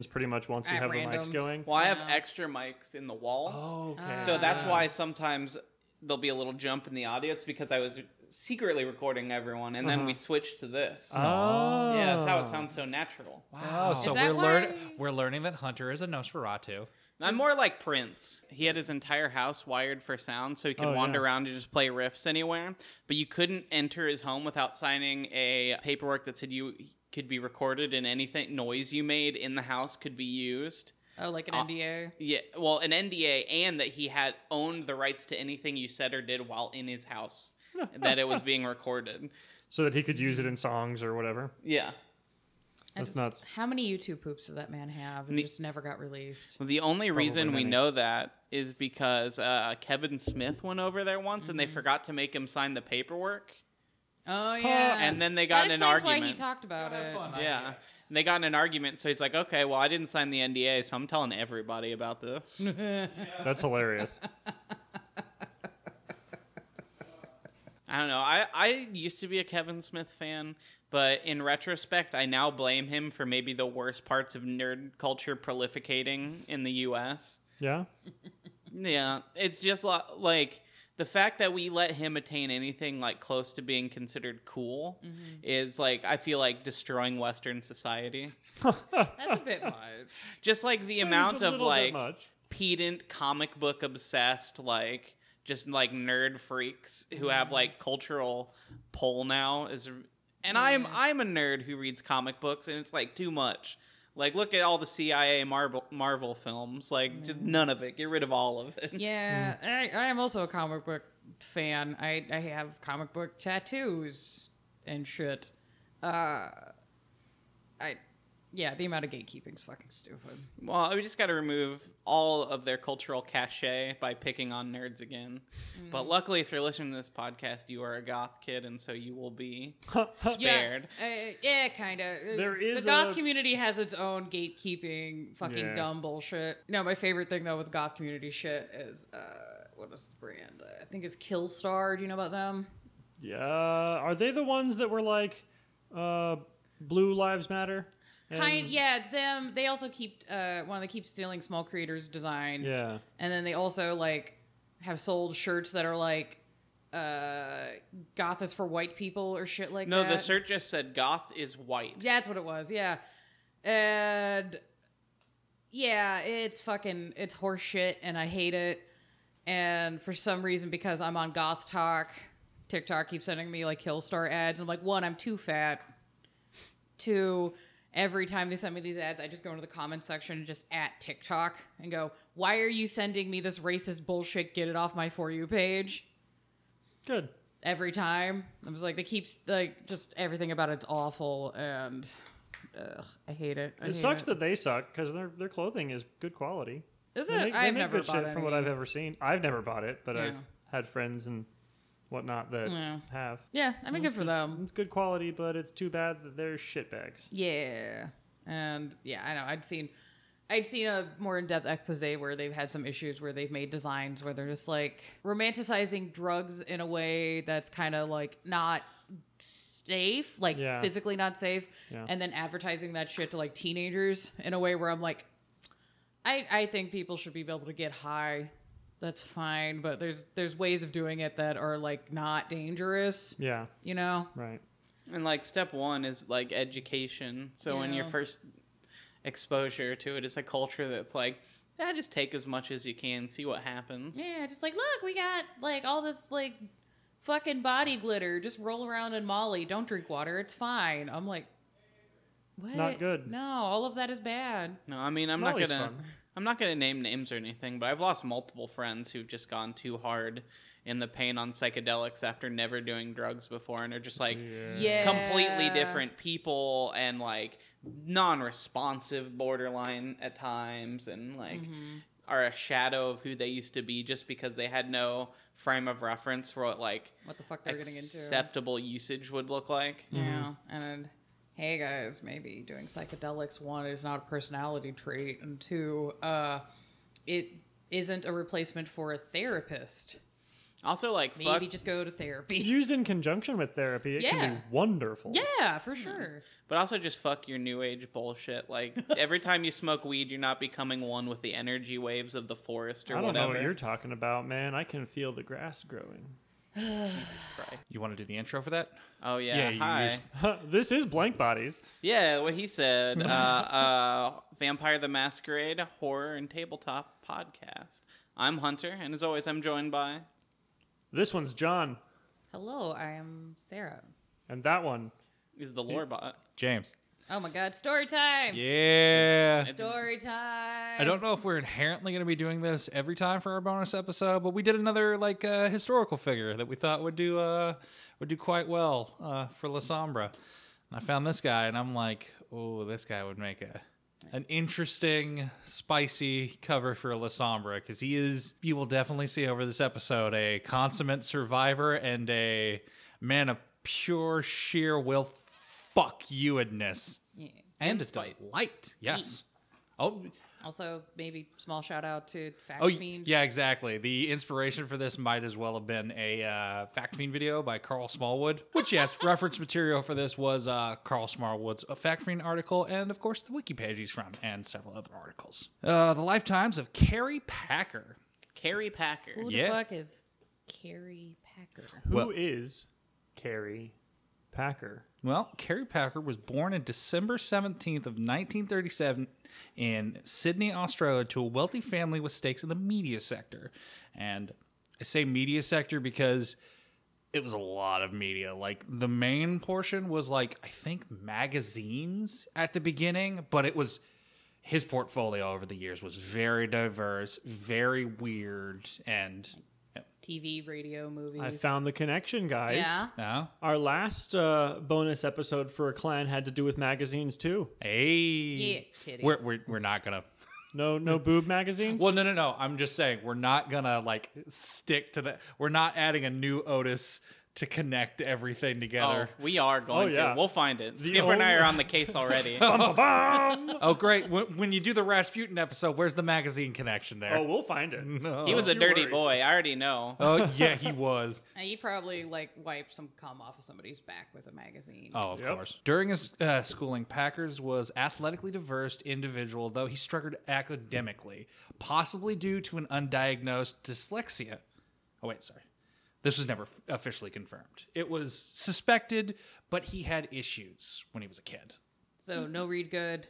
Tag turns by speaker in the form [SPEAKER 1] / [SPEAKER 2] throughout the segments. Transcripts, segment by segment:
[SPEAKER 1] It's pretty much once we
[SPEAKER 2] At
[SPEAKER 1] have the mics
[SPEAKER 2] random.
[SPEAKER 1] going.
[SPEAKER 3] Well, I have
[SPEAKER 2] Yeah.
[SPEAKER 3] extra mics in the walls.
[SPEAKER 1] Oh, okay.
[SPEAKER 2] Ah.
[SPEAKER 3] So that's why sometimes there'll be a little jump in the audio. It's because I was secretly recording everyone and then we switched to this.
[SPEAKER 1] Uh-huh. Oh.
[SPEAKER 3] Yeah, that's how it sounds so natural.
[SPEAKER 4] Wow. Oh, So
[SPEAKER 2] that
[SPEAKER 4] we're learning
[SPEAKER 2] why-
[SPEAKER 4] we're learning that Hunter is a Nosferatu.
[SPEAKER 3] And I'm more like Prince. He had his entire house wired for sound so he could
[SPEAKER 1] Oh,
[SPEAKER 3] wander
[SPEAKER 1] yeah.
[SPEAKER 3] around and just play riffs anywhere. But you couldn't enter his home without signing a paperwork that said you could be recorded and anything noise you made in the house could be used.
[SPEAKER 2] Oh, like
[SPEAKER 3] Uh,
[SPEAKER 2] an NDA.
[SPEAKER 3] Yeah, well, an NDA and that he had owned the rights to anything you said or did while in his house that it was being recorded.
[SPEAKER 1] So that he could use it in songs or whatever.
[SPEAKER 3] Yeah.
[SPEAKER 2] And
[SPEAKER 1] That's nuts.
[SPEAKER 2] How many YouTube poops did that man have and just never got released?
[SPEAKER 3] The only reason we
[SPEAKER 1] many.
[SPEAKER 3] know that is because uh, Kevin Smith went over there once and they
[SPEAKER 2] Mm-hmm.
[SPEAKER 3] forgot to make him sign the paperwork.
[SPEAKER 2] Oh yeah.
[SPEAKER 3] And then they
[SPEAKER 2] that
[SPEAKER 3] got in an
[SPEAKER 2] explains why he
[SPEAKER 3] argument.
[SPEAKER 2] talked about it.
[SPEAKER 3] Yeah. And they got in an argument, so he's like, okay, well, I didn't sign the NDA, so I'm telling everybody about this.
[SPEAKER 1] That's hilarious.
[SPEAKER 3] I don't know. I, I used to be a Kevin Smith fan, but in retrospect, I now blame him for maybe the worst parts of nerd culture prolificating in the U.S.
[SPEAKER 1] Yeah.
[SPEAKER 3] Yeah, it's just lo- like the fact that we let him attain anything like close to being considered cool
[SPEAKER 1] Mm-hmm.
[SPEAKER 3] is like I feel like destroying Western society.
[SPEAKER 2] That's a bit much.
[SPEAKER 3] Just like the
[SPEAKER 1] It's
[SPEAKER 3] amount
[SPEAKER 1] a
[SPEAKER 3] of
[SPEAKER 1] little bit
[SPEAKER 3] like
[SPEAKER 1] much.
[SPEAKER 3] pedant comic book obsessed like just like nerd freaks who have
[SPEAKER 2] Mm-hmm.
[SPEAKER 3] like cultural pull now is and i'm i'm a nerd who reads comic books and it's like too much like look at all the cia marvel marvel films like just none of it get rid of all of it
[SPEAKER 2] Yeah,
[SPEAKER 3] Hmm.
[SPEAKER 2] I, I am also a comic book fan. I, I have comic book tattoos and shit. Uh, I, yeah, the amount of gatekeeping's fucking stupid.
[SPEAKER 3] well we just got to remove all of their cultural cachet by picking on nerds again
[SPEAKER 2] Mm.
[SPEAKER 3] but luckily if you're listening to this podcast you are a goth kid and so you will be spared
[SPEAKER 2] Yeah, uh, yeah kind of.
[SPEAKER 1] There is
[SPEAKER 2] the goth
[SPEAKER 1] a-
[SPEAKER 2] community has its own gatekeeping, fucking
[SPEAKER 1] Yeah.
[SPEAKER 2] dumb bullshit. No, my favorite thing though with goth community shit is uh, what is the brand? I think it's Killstar. Do you know about them?
[SPEAKER 1] Yeah. Are they the ones that were like, uh, Blue Lives Matter? And-
[SPEAKER 2] Kind, yeah, it's them. They also keep uh, one. They keep stealing small creators' designs.
[SPEAKER 1] Yeah.
[SPEAKER 2] and then they also like have sold shirts that are like uh, goth is for white people or shit like
[SPEAKER 3] no
[SPEAKER 2] that.
[SPEAKER 3] the shirt just said goth is white
[SPEAKER 2] That's what it was. Yeah, and yeah, it's fucking it's horse shit, and I hate it. And for some reason, because I'm on goth talk, TikTok keeps sending me like Hillstar ads. I'm like, one, I'm too fat. Two, every time they send me these ads, I just go into the comments section and just at TikTok and go, why are you sending me this racist bullshit? Get it off my For You page
[SPEAKER 1] Good.
[SPEAKER 2] every time. I was like, they keep like just everything about it's awful, and ugh, I hate it. I
[SPEAKER 1] It
[SPEAKER 2] hate
[SPEAKER 1] sucks that they suck because their their clothing is good quality.
[SPEAKER 2] Is
[SPEAKER 1] They
[SPEAKER 2] it?
[SPEAKER 1] make- they
[SPEAKER 2] Uh, I've
[SPEAKER 1] make
[SPEAKER 2] never
[SPEAKER 1] good
[SPEAKER 2] bought
[SPEAKER 1] shit from what
[SPEAKER 2] any.
[SPEAKER 1] I've ever seen. I've never bought it, but I've
[SPEAKER 2] Yeah.
[SPEAKER 1] had friends and whatnot that
[SPEAKER 2] Yeah.
[SPEAKER 1] have.
[SPEAKER 2] Yeah, I mean, good for them.
[SPEAKER 1] It's good quality, but it's too bad that they're shitbags.
[SPEAKER 2] Yeah, and yeah, I know. I'd seen, I'd seen a more in-depth expose where they've had some issues where they've made designs where they're just like romanticizing drugs in a way that's kind of like not safe, like
[SPEAKER 1] Yeah.
[SPEAKER 2] physically not safe,
[SPEAKER 1] Yeah.
[SPEAKER 2] and then advertising that shit to like teenagers in a way where I'm like, I I think people should be able to get high. That's fine, but there's there's ways of doing it that are like not dangerous,
[SPEAKER 1] Yeah,
[SPEAKER 2] you know.
[SPEAKER 1] right.
[SPEAKER 3] And like step one is like education. So when your
[SPEAKER 2] Yeah.
[SPEAKER 3] first exposure to it is a culture that's like, yeah, just take as much as you can, see what happens.
[SPEAKER 2] Yeah, just like look, we got like all this like fucking body glitter. Just roll around in Molly. Don't drink water. It's fine. I'm like, what?
[SPEAKER 1] Not good.
[SPEAKER 2] No, all of that is bad.
[SPEAKER 3] No, I mean I'm
[SPEAKER 1] Molly's
[SPEAKER 3] not gonna
[SPEAKER 1] fun.
[SPEAKER 3] I'm not gonna name names or anything, but I've lost multiple friends who've just gone too hard in the pain on psychedelics after never doing drugs before and are just like
[SPEAKER 2] Yeah,
[SPEAKER 3] completely different people and like non-responsive borderline at times and like
[SPEAKER 2] Mm-hmm.
[SPEAKER 3] are a shadow of who they used to be just because they had no frame of reference for what like
[SPEAKER 2] What the fuck they're getting into?
[SPEAKER 3] acceptable usage would look like
[SPEAKER 2] yeah,
[SPEAKER 1] Mm-hmm.
[SPEAKER 2] and hey guys, maybe doing psychedelics one is not a personality trait, and two, uh, it isn't a replacement for a therapist.
[SPEAKER 3] Also, like, fuck,
[SPEAKER 2] Maybe just go to therapy.
[SPEAKER 1] Used in conjunction with therapy, it can
[SPEAKER 2] Yeah.
[SPEAKER 1] be wonderful.
[SPEAKER 2] Yeah, for sure.
[SPEAKER 1] Hmm.
[SPEAKER 3] but also just fuck your new age bullshit. Like, every time you smoke weed, you're not becoming one with the energy waves of the forest or
[SPEAKER 1] I don't
[SPEAKER 3] whatever.
[SPEAKER 1] know what you're talking about, man. I can feel the grass growing.
[SPEAKER 3] Jesus Christ.
[SPEAKER 4] You want to do the intro for that?
[SPEAKER 3] Oh yeah,
[SPEAKER 4] Yeah, you-
[SPEAKER 3] hi.
[SPEAKER 4] you're-
[SPEAKER 1] this is blank bodies.
[SPEAKER 3] Yeah, what he said. uh, uh, Vampire the Masquerade horror and tabletop podcast. I'm Hunter, and as always, I'm joined by.
[SPEAKER 1] This one's John,
[SPEAKER 2] Hello, I am Sarah.
[SPEAKER 1] and that one.
[SPEAKER 3] Is the lore bot?
[SPEAKER 4] James.
[SPEAKER 2] Oh my god, story time.
[SPEAKER 4] Yeah.
[SPEAKER 3] It's-
[SPEAKER 2] Story time.
[SPEAKER 4] I don't know if we're inherently going to be doing this every time for our bonus episode, but we did another like uh, historical figure that we thought would do uh, would do quite well uh, for La Sombra. And I found this guy, and I'm like, oh, this guy would make a an interesting, spicy cover for La Sombra because he is. You will definitely see over this episode a consummate survivor and a man of pure sheer will fuck youedness
[SPEAKER 2] Yeah.
[SPEAKER 4] and, a
[SPEAKER 3] spite.
[SPEAKER 4] delight. Yes. Oh,
[SPEAKER 2] Also, maybe small shout out to Fact
[SPEAKER 4] Oh, y-
[SPEAKER 2] Fiend.
[SPEAKER 4] yeah, exactly. The inspiration for this might as well have been a uh, Fact Fiend video by Carl Smallwood, which, yes, reference material for this was uh, Carl Smallwood's Fact Fiend article and, of course, the wiki page he's from and several other articles. Uh, the Lifetimes of Carrie Packer.
[SPEAKER 3] Carrie Packer.
[SPEAKER 2] Who
[SPEAKER 4] Yeah.
[SPEAKER 2] the fuck is Carrie Packer?
[SPEAKER 1] Who is
[SPEAKER 4] Well-
[SPEAKER 1] Carrie Packer?
[SPEAKER 4] Well, Carrie Packer was born in December 17th of 1937 in Sydney, Australia to a wealthy family with stakes in the media sector. And I say media sector because it was a lot of media. Like the main portion was like I think magazines at the beginning, but it was his portfolio over the years was very diverse, very weird and
[SPEAKER 2] TV, radio, movies.
[SPEAKER 1] I found the connection, guys.
[SPEAKER 2] Yeah.
[SPEAKER 4] no.
[SPEAKER 1] Our last uh, bonus episode for a clan had to do with magazines too.
[SPEAKER 4] Hey.
[SPEAKER 2] Yeah, titties.
[SPEAKER 4] We're, we're we're not going to
[SPEAKER 1] No, no boob magazines.
[SPEAKER 4] Well, no, no, no. I'm just saying we're not gonna like stick to that. We're not adding a new Otis to connect everything
[SPEAKER 3] Oh,
[SPEAKER 4] together.
[SPEAKER 3] we are going
[SPEAKER 1] Oh, yeah.
[SPEAKER 3] to. We'll find it. Skipper and I
[SPEAKER 1] only-
[SPEAKER 3] are on the case already.
[SPEAKER 4] Oh, great! When, when you do the Rasputin episode, where's the magazine connection there?
[SPEAKER 1] oh, we'll find it.
[SPEAKER 3] he was a
[SPEAKER 1] you
[SPEAKER 3] dirty
[SPEAKER 1] worry.
[SPEAKER 3] boy. I already know.
[SPEAKER 4] oh yeah, he was.
[SPEAKER 2] And he probably like wiped some cum off of somebody's back with a magazine.
[SPEAKER 4] Oh, of
[SPEAKER 1] Yep.
[SPEAKER 4] course. During his uh, schooling, Packers was athletically diverse individual, though he struggled academically, possibly due to an undiagnosed dyslexia. Oh wait, sorry. This was never f- officially confirmed. It was suspected, but he had issues when he was a kid.
[SPEAKER 2] So no read good.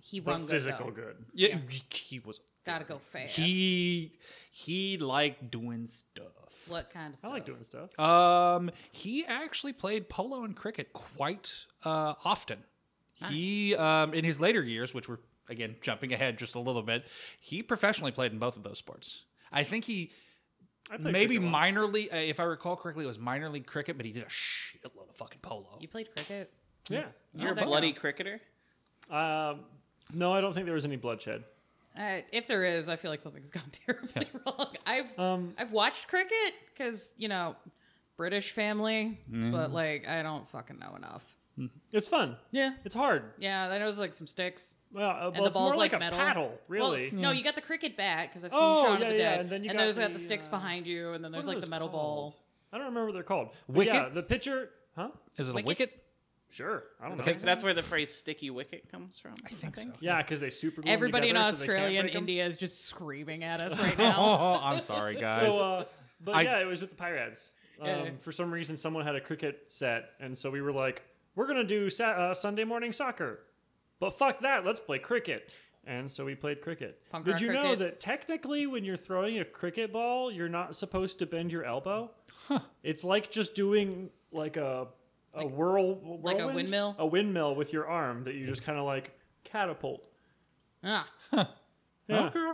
[SPEAKER 2] He
[SPEAKER 1] But
[SPEAKER 2] run good.
[SPEAKER 1] physical
[SPEAKER 2] though.
[SPEAKER 1] good.
[SPEAKER 4] Yeah, he- he was.
[SPEAKER 2] Gotta go fast.
[SPEAKER 4] He he liked doing stuff.
[SPEAKER 2] What kind of
[SPEAKER 1] I
[SPEAKER 2] stuff?
[SPEAKER 1] like doing stuff.
[SPEAKER 4] Um, he actually played polo and cricket quite uh, often. He um, in his later years, which we're again jumping ahead just a little bit, he professionally played in both of those sports. I think he
[SPEAKER 1] I played
[SPEAKER 4] maybe
[SPEAKER 1] cricket once.
[SPEAKER 4] minorly, uh, if I recall correctly, it was minor league cricket, but he did a shitload of fucking polo.
[SPEAKER 2] You played cricket?
[SPEAKER 1] Yeah.
[SPEAKER 3] You're a bloody cricketer.
[SPEAKER 1] Um, no, I don't think there was any bloodshed.
[SPEAKER 2] Uh, if there is, I feel like something's gone terribly wrong. I've
[SPEAKER 1] Um,
[SPEAKER 2] I've watched cricket because you know British family, but
[SPEAKER 1] Mm-hmm.
[SPEAKER 2] like I don't fucking know enough.
[SPEAKER 1] It's fun.
[SPEAKER 2] Yeah,
[SPEAKER 1] It's hard.
[SPEAKER 2] yeah. I know it's like some sticks.
[SPEAKER 1] Well, uh,
[SPEAKER 2] And
[SPEAKER 1] well
[SPEAKER 2] the
[SPEAKER 1] it's
[SPEAKER 2] ball's
[SPEAKER 1] more like, a
[SPEAKER 2] metal.
[SPEAKER 1] paddle,
[SPEAKER 2] Well,
[SPEAKER 1] really.
[SPEAKER 2] No, you got the cricket bat because I've seen
[SPEAKER 1] Oh,
[SPEAKER 2] Shaun of
[SPEAKER 1] yeah,
[SPEAKER 2] the
[SPEAKER 1] yeah,
[SPEAKER 2] Dead,
[SPEAKER 1] and then you got
[SPEAKER 2] there's got the
[SPEAKER 1] the,
[SPEAKER 2] sticks
[SPEAKER 1] uh,
[SPEAKER 2] behind you, and then
[SPEAKER 1] What
[SPEAKER 2] there's
[SPEAKER 1] are
[SPEAKER 2] like the
[SPEAKER 1] those
[SPEAKER 2] metal
[SPEAKER 1] called?
[SPEAKER 2] ball.
[SPEAKER 1] I don't remember what they're called. But
[SPEAKER 4] Wicket?
[SPEAKER 1] Yeah, the pitcher. Huh?
[SPEAKER 4] Is it a
[SPEAKER 2] Wicket?
[SPEAKER 4] wicket?
[SPEAKER 1] Sure. I don't know.
[SPEAKER 4] think so.
[SPEAKER 3] That's where the phrase "sticky wicket" comes from. I think.
[SPEAKER 1] Yeah, because they super. glue 'em
[SPEAKER 2] Everybody in
[SPEAKER 1] together so they can't
[SPEAKER 2] Australia and
[SPEAKER 1] break 'em.
[SPEAKER 2] India is just screaming at us right
[SPEAKER 4] Oh,
[SPEAKER 2] now.
[SPEAKER 4] I'm sorry, guys.
[SPEAKER 1] So, uh, but
[SPEAKER 4] I-
[SPEAKER 1] yeah, it was with the Pirates. Um, For some reason, someone had a cricket set, and so we were like, "We're gonna do sa- uh, Sunday morning soccer," but fuck that, let's play cricket. And so we played cricket.
[SPEAKER 2] Punk
[SPEAKER 1] Did
[SPEAKER 2] rock
[SPEAKER 1] you know
[SPEAKER 2] cricket.
[SPEAKER 1] that technically, when you're throwing a cricket ball, you're not supposed to bend your elbow? It's like just doing like a a whirl,
[SPEAKER 2] like a
[SPEAKER 1] whirlwind?
[SPEAKER 2] windmill?
[SPEAKER 1] a windmill with your arm that you just kind of like catapult.
[SPEAKER 2] ah,
[SPEAKER 1] Yeah.
[SPEAKER 4] Okay.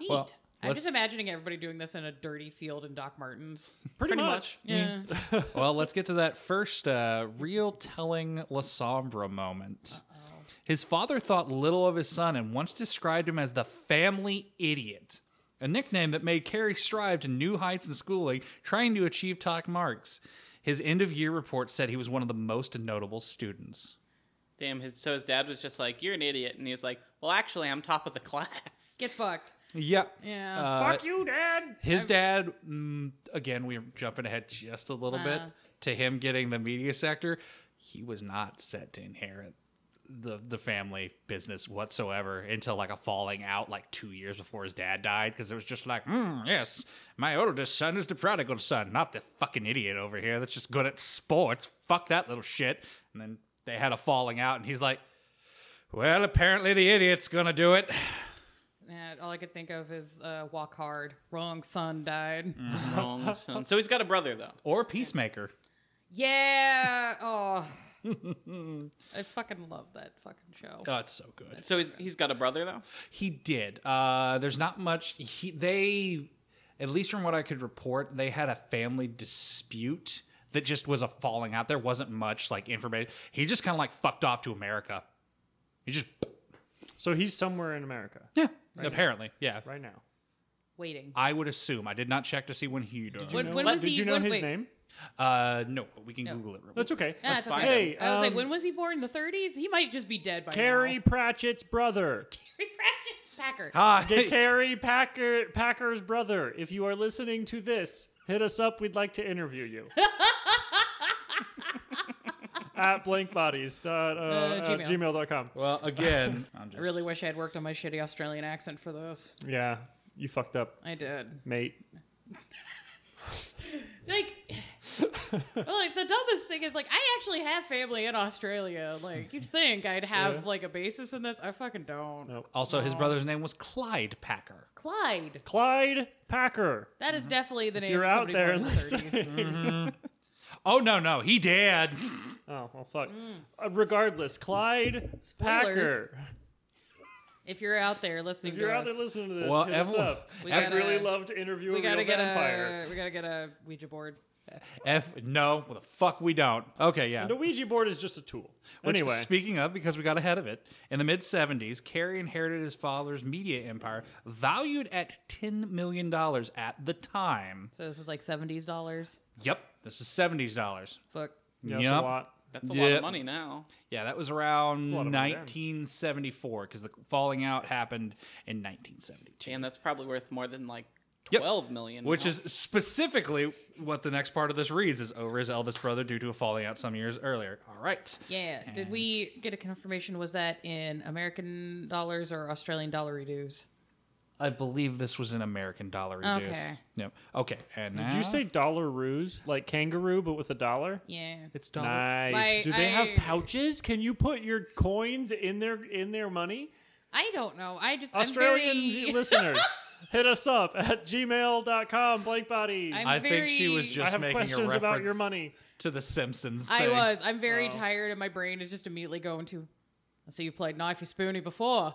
[SPEAKER 2] neat.
[SPEAKER 4] Well,
[SPEAKER 2] I'm
[SPEAKER 4] let's-
[SPEAKER 2] just imagining everybody doing this in a dirty field in Doc Martens.
[SPEAKER 1] Pretty,
[SPEAKER 3] Pretty
[SPEAKER 1] much.
[SPEAKER 2] Yeah.
[SPEAKER 4] well, let's get to that first uh, real telling La Sombra moment. His father thought little of his son and once described him as the family idiot, a nickname that made Carey strive to new heights in schooling, trying to achieve top marks. His end of year report said he was one of the most notable students.
[SPEAKER 3] Damn, his, so his dad was just like, You're an idiot. And he was like, Well, actually, I'm top of the class.
[SPEAKER 2] Get fucked.
[SPEAKER 4] Yeah.
[SPEAKER 2] Yeah.
[SPEAKER 4] Uh,
[SPEAKER 1] Fuck you, Dad.
[SPEAKER 4] His dad, mm, again, we're jumping ahead just a little bit
[SPEAKER 2] Uh-huh.
[SPEAKER 4] to him getting the media sector. He was not set to inherit the the family business whatsoever until like a falling out like two years before his dad died because it was just like, mm, yes, my oldest son is the prodigal son, not the fucking idiot over here that's just good at sports. Fuck that little shit. And then they had a falling out, and he's like, well, apparently the idiot's gonna do it.
[SPEAKER 2] Yeah, all I could think of is uh, walk hard. Wrong son died.
[SPEAKER 1] Mm.
[SPEAKER 3] Wrong son. So he's got a brother, though.
[SPEAKER 4] Or peacemaker.
[SPEAKER 2] Yeah. Oh. I fucking love that fucking show.
[SPEAKER 4] Oh, it's so good.
[SPEAKER 3] So he's, he's got a brother, though?
[SPEAKER 4] He did. Uh, there's not much. He they, at least from what I could report, they had a family dispute that just was a falling out. There wasn't much like information. He just kind of like fucked off to America. He just
[SPEAKER 1] So he's somewhere in America
[SPEAKER 4] yeah. apparently, yeah.
[SPEAKER 1] right now.
[SPEAKER 2] Waiting.
[SPEAKER 4] I would assume. I did not check to see when he died.
[SPEAKER 2] When,
[SPEAKER 1] You know-
[SPEAKER 2] when
[SPEAKER 3] let-
[SPEAKER 2] was
[SPEAKER 1] Did
[SPEAKER 2] he?
[SPEAKER 1] you know
[SPEAKER 2] when,
[SPEAKER 1] his
[SPEAKER 2] wait.
[SPEAKER 1] name?
[SPEAKER 4] Uh, no, but we can Google it. Real
[SPEAKER 1] That's okay.
[SPEAKER 2] Ah, it's
[SPEAKER 3] find
[SPEAKER 2] okay.
[SPEAKER 1] him.
[SPEAKER 2] I was
[SPEAKER 1] Um,
[SPEAKER 2] like, when was he born? The 30s? He might just be dead by
[SPEAKER 1] Carrie
[SPEAKER 2] now.
[SPEAKER 1] Pratchett's brother.
[SPEAKER 2] Carrie Pratchett. Packer.
[SPEAKER 4] Hi.
[SPEAKER 1] Get Carrie Packer, Packer's brother. If you are listening to this, hit us up. We'd like to interview you. At blankbodies. Dot, uh, uh,
[SPEAKER 2] gmail.
[SPEAKER 1] gmail.com.
[SPEAKER 4] Well, again, I'm just
[SPEAKER 2] I really wish I had worked on my shitty Australian accent for this.
[SPEAKER 1] Yeah, you fucked up,
[SPEAKER 2] I did.
[SPEAKER 1] mate.
[SPEAKER 2] Like, well, like the dumbest thing is like I actually have family in Australia. Like you'd think I'd have
[SPEAKER 1] Yeah.
[SPEAKER 2] like a basis in this. I fucking don't.
[SPEAKER 1] No.
[SPEAKER 4] Also, his brother's name was Clyde Packer.
[SPEAKER 2] Clyde.
[SPEAKER 1] Clyde Packer.
[SPEAKER 2] That is definitely the name.
[SPEAKER 1] You're
[SPEAKER 2] of
[SPEAKER 1] out
[SPEAKER 2] somebody
[SPEAKER 1] there
[SPEAKER 2] born in the 30s.
[SPEAKER 1] listening.
[SPEAKER 4] Oh no, no, he did.
[SPEAKER 1] Oh, well, fuck. Uh, regardless, Clyde
[SPEAKER 2] Mm. Spoilers.
[SPEAKER 1] Packer.
[SPEAKER 2] If you're out there listening,
[SPEAKER 1] If you're
[SPEAKER 2] to
[SPEAKER 1] out there
[SPEAKER 2] us,
[SPEAKER 1] listening to this,
[SPEAKER 4] Well,
[SPEAKER 1] hit us
[SPEAKER 4] everyone-
[SPEAKER 1] up.
[SPEAKER 2] We
[SPEAKER 1] I'd
[SPEAKER 2] gotta-
[SPEAKER 1] really love to interview
[SPEAKER 2] we
[SPEAKER 1] a
[SPEAKER 2] gotta
[SPEAKER 1] real
[SPEAKER 2] get
[SPEAKER 1] vampire.
[SPEAKER 2] a we gotta get a Ouija board.
[SPEAKER 4] F no, well, the fuck we don't. Okay, yeah.
[SPEAKER 1] The Ouija board is just a tool.
[SPEAKER 4] Which,
[SPEAKER 1] anyway,
[SPEAKER 4] speaking of, because we got ahead of it, in the mid 70s, Carey inherited his father's media empire, valued at $10 million at the time.
[SPEAKER 2] So this is like seventies dollars.
[SPEAKER 4] Yep, this is 70s dollars.
[SPEAKER 2] Fuck.
[SPEAKER 1] yeah, that's
[SPEAKER 4] Yup.
[SPEAKER 1] a lot.
[SPEAKER 3] That's a lot
[SPEAKER 4] Yeah.
[SPEAKER 3] of money now.
[SPEAKER 4] Yeah, that was around
[SPEAKER 1] lot of money then.
[SPEAKER 4] 1974 because the falling out happened in 1972.
[SPEAKER 3] And that's probably worth more than like
[SPEAKER 4] Yep.
[SPEAKER 3] twelve million.
[SPEAKER 4] Which
[SPEAKER 3] now.
[SPEAKER 4] is specifically what the next part of this reads is over his eldest brother due to a falling out some years earlier. All right.
[SPEAKER 2] Yeah. Did we get a confirmation? Was that in American dollars or Australian dollary dues?
[SPEAKER 4] I believe this was an American dollar reduce.
[SPEAKER 2] Okay.
[SPEAKER 4] Yep. Okay. And
[SPEAKER 1] Did
[SPEAKER 4] now
[SPEAKER 1] you say dollar ruse like kangaroo but with a dollar?
[SPEAKER 2] Yeah.
[SPEAKER 4] it's dollar?
[SPEAKER 1] Nice.
[SPEAKER 2] Oh, Like,
[SPEAKER 1] Do they have
[SPEAKER 2] I-
[SPEAKER 1] pouches? Can you put your coins in their in their money?
[SPEAKER 2] I don't know. I just
[SPEAKER 1] Australian
[SPEAKER 2] I'm very-
[SPEAKER 1] listeners, hit us up at gmail.com blankbody.
[SPEAKER 2] I'm
[SPEAKER 1] I
[SPEAKER 4] I think she
[SPEAKER 2] very-
[SPEAKER 4] was just
[SPEAKER 1] have
[SPEAKER 4] making a
[SPEAKER 1] questions
[SPEAKER 4] reference
[SPEAKER 1] about your money.
[SPEAKER 4] to the Simpsons.
[SPEAKER 2] I
[SPEAKER 4] thing.
[SPEAKER 2] was. I'm very
[SPEAKER 1] Wow.
[SPEAKER 2] tired, and my brain is just immediately going to. So you played knifey spoony before.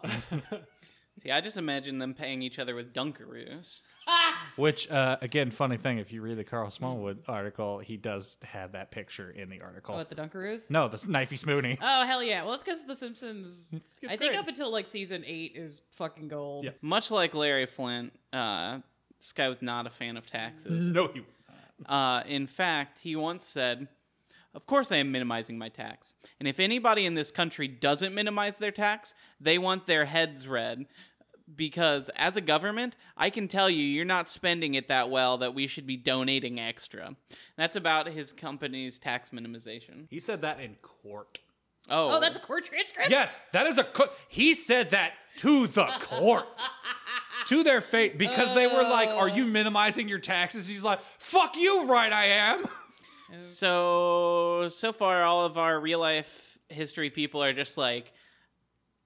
[SPEAKER 3] see, I just imagine them paying each other with Dunkaroos.
[SPEAKER 4] Which, uh, again, funny thing. If you read the Carl Smallwood article, he does have that picture in the article.
[SPEAKER 2] what the Dunkaroos?
[SPEAKER 4] no, the knifey smoonie.
[SPEAKER 2] Oh hell yeah! Well, it's because The Simpsons.
[SPEAKER 4] it's
[SPEAKER 2] I think
[SPEAKER 4] great.
[SPEAKER 2] up until like season eight is fucking gold.
[SPEAKER 4] Yeah.
[SPEAKER 3] Much like Larry Flint, uh, this guy was not a fan of taxes.
[SPEAKER 4] no, he.
[SPEAKER 3] Uh, in fact, he once said, "Of course, I am minimizing my tax. And if anybody in this country doesn't minimize their tax, they want their heads read." Because as a government, I can tell you, you're not spending it that well that we should be donating extra. That's about his company's tax minimization.
[SPEAKER 4] He said that in court.
[SPEAKER 2] Oh, that's a court transcript.
[SPEAKER 4] Yes, that is a. Co- he said that to the court. To their fate, because they were like, "Are
[SPEAKER 2] Uh.
[SPEAKER 4] you minimizing your taxes?" He's like, "Fuck you, right? I am."
[SPEAKER 3] So so far, all of our real life history people are just like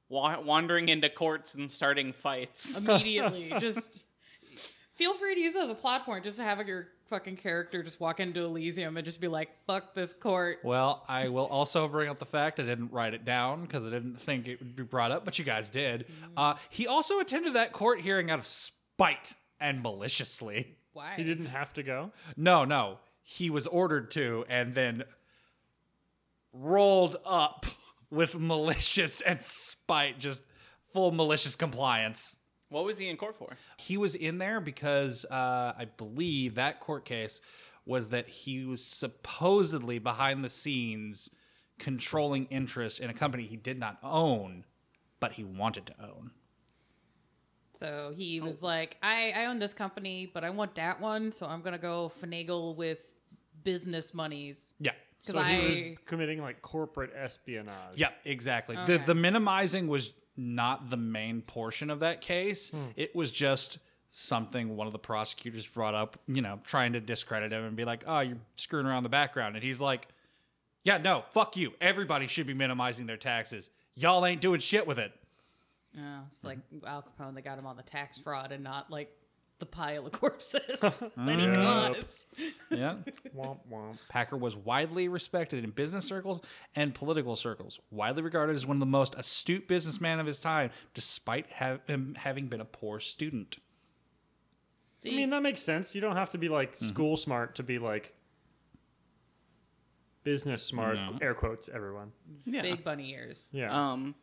[SPEAKER 3] wa- wandering into courts and starting fights.
[SPEAKER 2] Immediately, just feel free to use that as a plot point. Just to have your fucking character just walk into Elysium and just be like, "Fuck this court."
[SPEAKER 4] Well, I will also bring up the fact I didn't write it down because I didn't think it would be brought up, but you guys did. Uh, he also attended that court hearing out of spite and maliciously.
[SPEAKER 2] Why?
[SPEAKER 1] He didn't have to go.
[SPEAKER 4] No, no, he was ordered to and then rolled up with malicious and spite, just full malicious compliance.
[SPEAKER 3] What was he in court for?
[SPEAKER 4] He was in there because uh, I believe that court case was that he was supposedly behind the scenes controlling interest in a company he did not own, but he wanted to own.
[SPEAKER 2] So
[SPEAKER 1] Oh.
[SPEAKER 2] he was like, I, I own this company, but I want that one, so I'm gonna go finagle with business monies.
[SPEAKER 4] Yeah.
[SPEAKER 2] Because
[SPEAKER 1] So
[SPEAKER 2] I
[SPEAKER 1] he was committing like corporate espionage.
[SPEAKER 4] Yeah, exactly.
[SPEAKER 2] Okay.
[SPEAKER 4] The the minimizing was not the main portion of that case. It was just something one of the prosecutors brought up, you know, trying to discredit him and be like, "Oh, you're screwing around the background." And he's like, "Yeah, no, fuck you. Everybody should be minimizing their taxes. Y'all ain't doing shit with it."
[SPEAKER 2] Yeah, Oh, it's like Al Capone. They got him on the tax fraud and not like the pile of corpses that he
[SPEAKER 1] Yep.
[SPEAKER 2] caused.
[SPEAKER 4] Yeah.
[SPEAKER 1] Womp womp.
[SPEAKER 4] Packer was widely respected in business circles and political circles, widely regarded as one of the most astute businessmen of his time, despite ha- him having been a poor student.
[SPEAKER 2] See,
[SPEAKER 1] I mean, that makes sense. You don't have to be like school smart to be like business smart. Air quotes, everyone.
[SPEAKER 3] Yeah.
[SPEAKER 2] big bunny ears.
[SPEAKER 1] Yeah.
[SPEAKER 3] Um,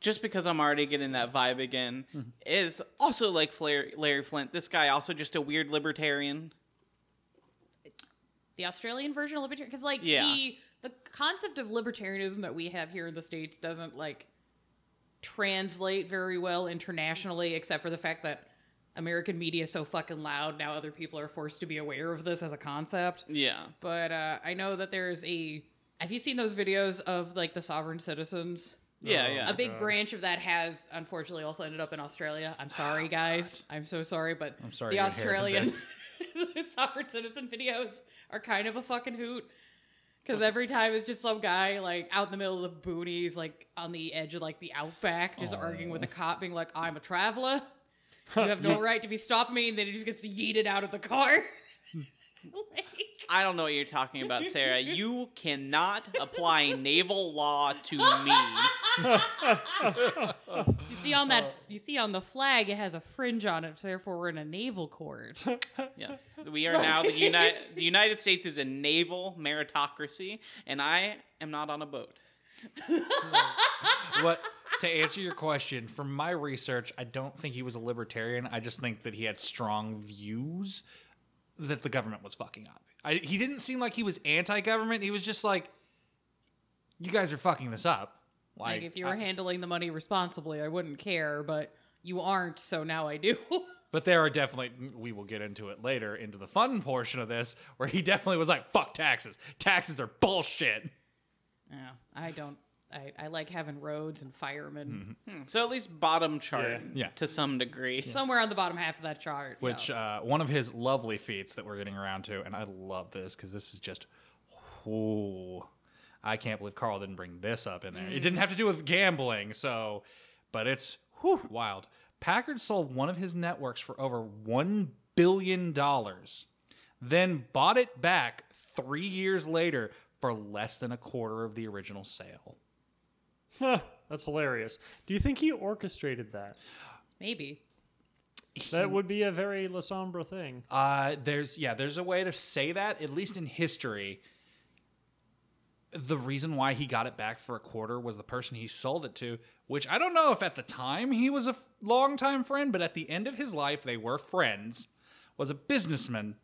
[SPEAKER 3] just because I'm already getting that vibe again is also like Flair, Larry Flint. This guy also just a weird libertarian.
[SPEAKER 2] The Australian version of libertarian, because like
[SPEAKER 3] Yeah.
[SPEAKER 2] the the concept of libertarianism that we have here in the states doesn't like translate very well internationally, except for the fact that American media is so fucking loud now. Other people are forced to be aware of this as a concept.
[SPEAKER 3] Yeah.
[SPEAKER 2] But uh, I know that there's a. Have you seen those videos of like the sovereign citizens?
[SPEAKER 3] Yeah,
[SPEAKER 1] Oh.
[SPEAKER 3] yeah.
[SPEAKER 2] a big branch of that has unfortunately also ended up in Australia. I'm sorry, guys. I'm so sorry, but
[SPEAKER 4] I'm sorry
[SPEAKER 2] the
[SPEAKER 4] you inherited
[SPEAKER 2] Australian
[SPEAKER 4] this.
[SPEAKER 2] the sovereign citizen videos are kind of a fucking hoot. Because every time it's just some guy like out in the middle of the boonies, like on the edge of like the outback, just arguing with a cop, being like, "I'm a traveler. You have no right to be stopping me," and then he just gets yeeted out of the car. like,
[SPEAKER 3] I don't know what you're talking about, Sarah. You cannot apply naval law to me.
[SPEAKER 2] you see on that, you see on the flag, it has a fringe on it, so therefore we're in a naval court.
[SPEAKER 3] Yes, we are now the United the United States is a naval meritocracy, and I am not on a boat.
[SPEAKER 4] what to answer your question from my research i don't think he was a libertarian i just think that he had strong views that the government was fucking up I, he didn't seem like he was anti-government he was just like you guys are fucking this up
[SPEAKER 2] Like, if you were
[SPEAKER 4] I-
[SPEAKER 2] handling the money responsibly, I wouldn't care, but you aren't, so now I do.
[SPEAKER 4] but there are definitely we will get into it later into the fun portion of this where he definitely was like fuck taxes taxes are bullshit
[SPEAKER 2] yeah, I don't. I, I like having roads and firemen.
[SPEAKER 3] So at least bottom chart
[SPEAKER 1] Yeah.
[SPEAKER 4] Yeah.
[SPEAKER 3] to some degree.
[SPEAKER 2] Somewhere on the bottom half of that chart.
[SPEAKER 4] which
[SPEAKER 2] yes.
[SPEAKER 4] uh, one of his lovely feats that we're getting around to, and I love this because this is just, whoo, I can't believe Carl didn't bring this up in there. It didn't have to do with gambling, so, but it's whew, wild. Packard sold one of his networks for over one billion dollars, then bought it back three years later for less than a quarter of the original sale.
[SPEAKER 1] That's hilarious. Do you think he orchestrated that?
[SPEAKER 2] maybe.
[SPEAKER 1] That would be a very Lasombra thing.
[SPEAKER 4] Uh, there's yeah, there's a way to say that at least in history. The reason why he got it back for a quarter was the person he sold it to, which I don't know if at the time he was a f- longtime friend, but at the end of his life they were friends. Was a businessman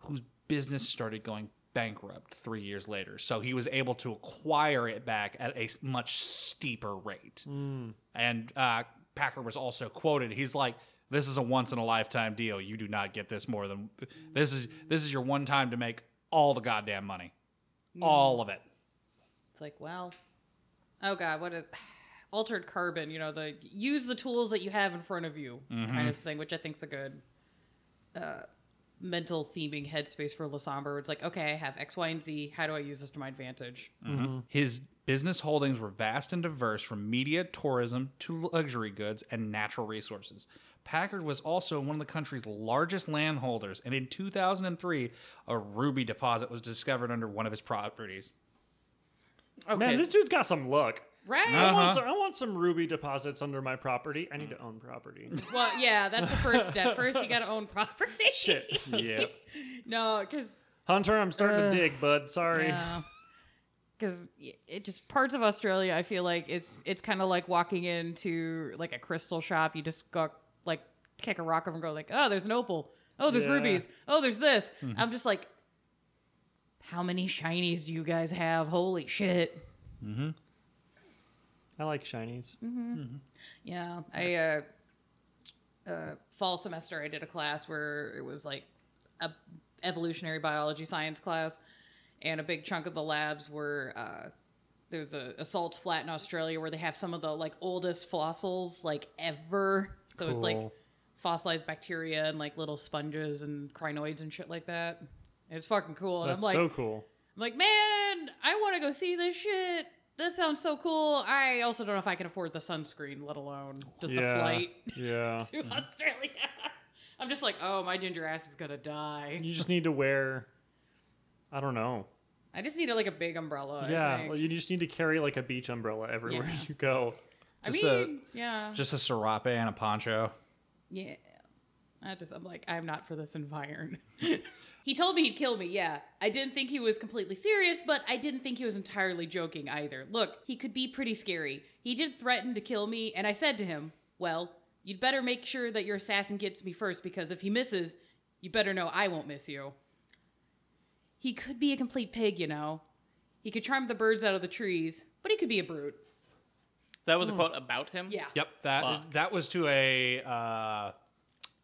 [SPEAKER 4] whose business started going bankrupt three years later, so he was able to acquire it back at a s- much steeper rate. And uh, Packer was also quoted. He's like, "This is a once in a lifetime deal. You do not get this more than this is this is your one time to make all the goddamn money, all of it."
[SPEAKER 2] It's like, well, oh god, what is altered carbon? You know, the use the tools that you have in front of you kind of thing, which I think's a good uh, mental theming headspace for Lasamber. It's like, okay, I have X, Y, and Z. How do I use this to my advantage?
[SPEAKER 4] Mm-hmm. His business holdings were vast and diverse, from media, tourism to luxury goods and natural resources. Packard was also one of the country's largest landholders, and in 2003, a ruby deposit was discovered under one of his properties.
[SPEAKER 3] Okay.
[SPEAKER 1] Man, this dude's got some luck.
[SPEAKER 2] Right.
[SPEAKER 1] I, want some, I want some ruby deposits under my property. I need to own property.
[SPEAKER 2] Well, yeah, that's the first step. First, you gotta own property.
[SPEAKER 1] Shit.
[SPEAKER 4] Yeah.
[SPEAKER 2] No, because
[SPEAKER 1] Hunter, I'm starting to dig, bud. Sorry.
[SPEAKER 2] because it just parts of Australia. I feel like it's it's kind of like walking into like a crystal shop. You just go like kick a rock over and go like, oh, there's an opal. Oh, there's
[SPEAKER 1] Yeah. Mm-hmm.
[SPEAKER 2] rubies. Oh, there's this. I'm just like, how many shinies do you guys have? Holy shit!
[SPEAKER 1] I like shinies.
[SPEAKER 2] Yeah, I uh, uh, fall semester I did a class where it was like a evolutionary biology science class, and a big chunk of the labs were uh, there's a, a salt flat in Australia where they have some of the like oldest fossils like ever. So it's like
[SPEAKER 4] Cool.
[SPEAKER 2] fossilized bacteria and like little sponges and crinoids and shit like that. It's fucking cool, and
[SPEAKER 1] That's
[SPEAKER 2] I'm like,
[SPEAKER 1] so cool.
[SPEAKER 2] I'm like, man, I want to go see this shit. That sounds so cool. I also don't know if I can afford the sunscreen, let alone just
[SPEAKER 1] yeah. Mm-hmm.
[SPEAKER 2] the flight
[SPEAKER 1] Yeah.
[SPEAKER 2] to Australia. I'm just like, oh, my ginger ass is gonna die.
[SPEAKER 1] You just need to wear. I don't know.
[SPEAKER 2] I just needed like a big umbrella. I,
[SPEAKER 1] yeah.
[SPEAKER 2] think.
[SPEAKER 1] Well, you just need to carry like a beach umbrella everywhere
[SPEAKER 2] Yeah.
[SPEAKER 1] you go.
[SPEAKER 2] I
[SPEAKER 4] Just
[SPEAKER 2] mean,
[SPEAKER 4] a-
[SPEAKER 2] yeah,
[SPEAKER 4] Just a serape and a poncho.
[SPEAKER 2] yeah. I just, I'm like, I'm not for this environment. he told me he'd kill me. Yeah, I didn't think he was completely serious, but I didn't think he was entirely joking either. Look, he could be pretty scary. He did threaten to kill me, and I said to him, "Well, you'd better make sure that your assassin gets me first, because if he misses, you better know I won't miss you." He could be a complete pig, you know. He could charm the birds out of the trees, but he could be a brute.
[SPEAKER 3] So that was a quote about him.
[SPEAKER 2] Yeah.
[SPEAKER 4] Yep that
[SPEAKER 3] Fuck.
[SPEAKER 4] that was to a uh,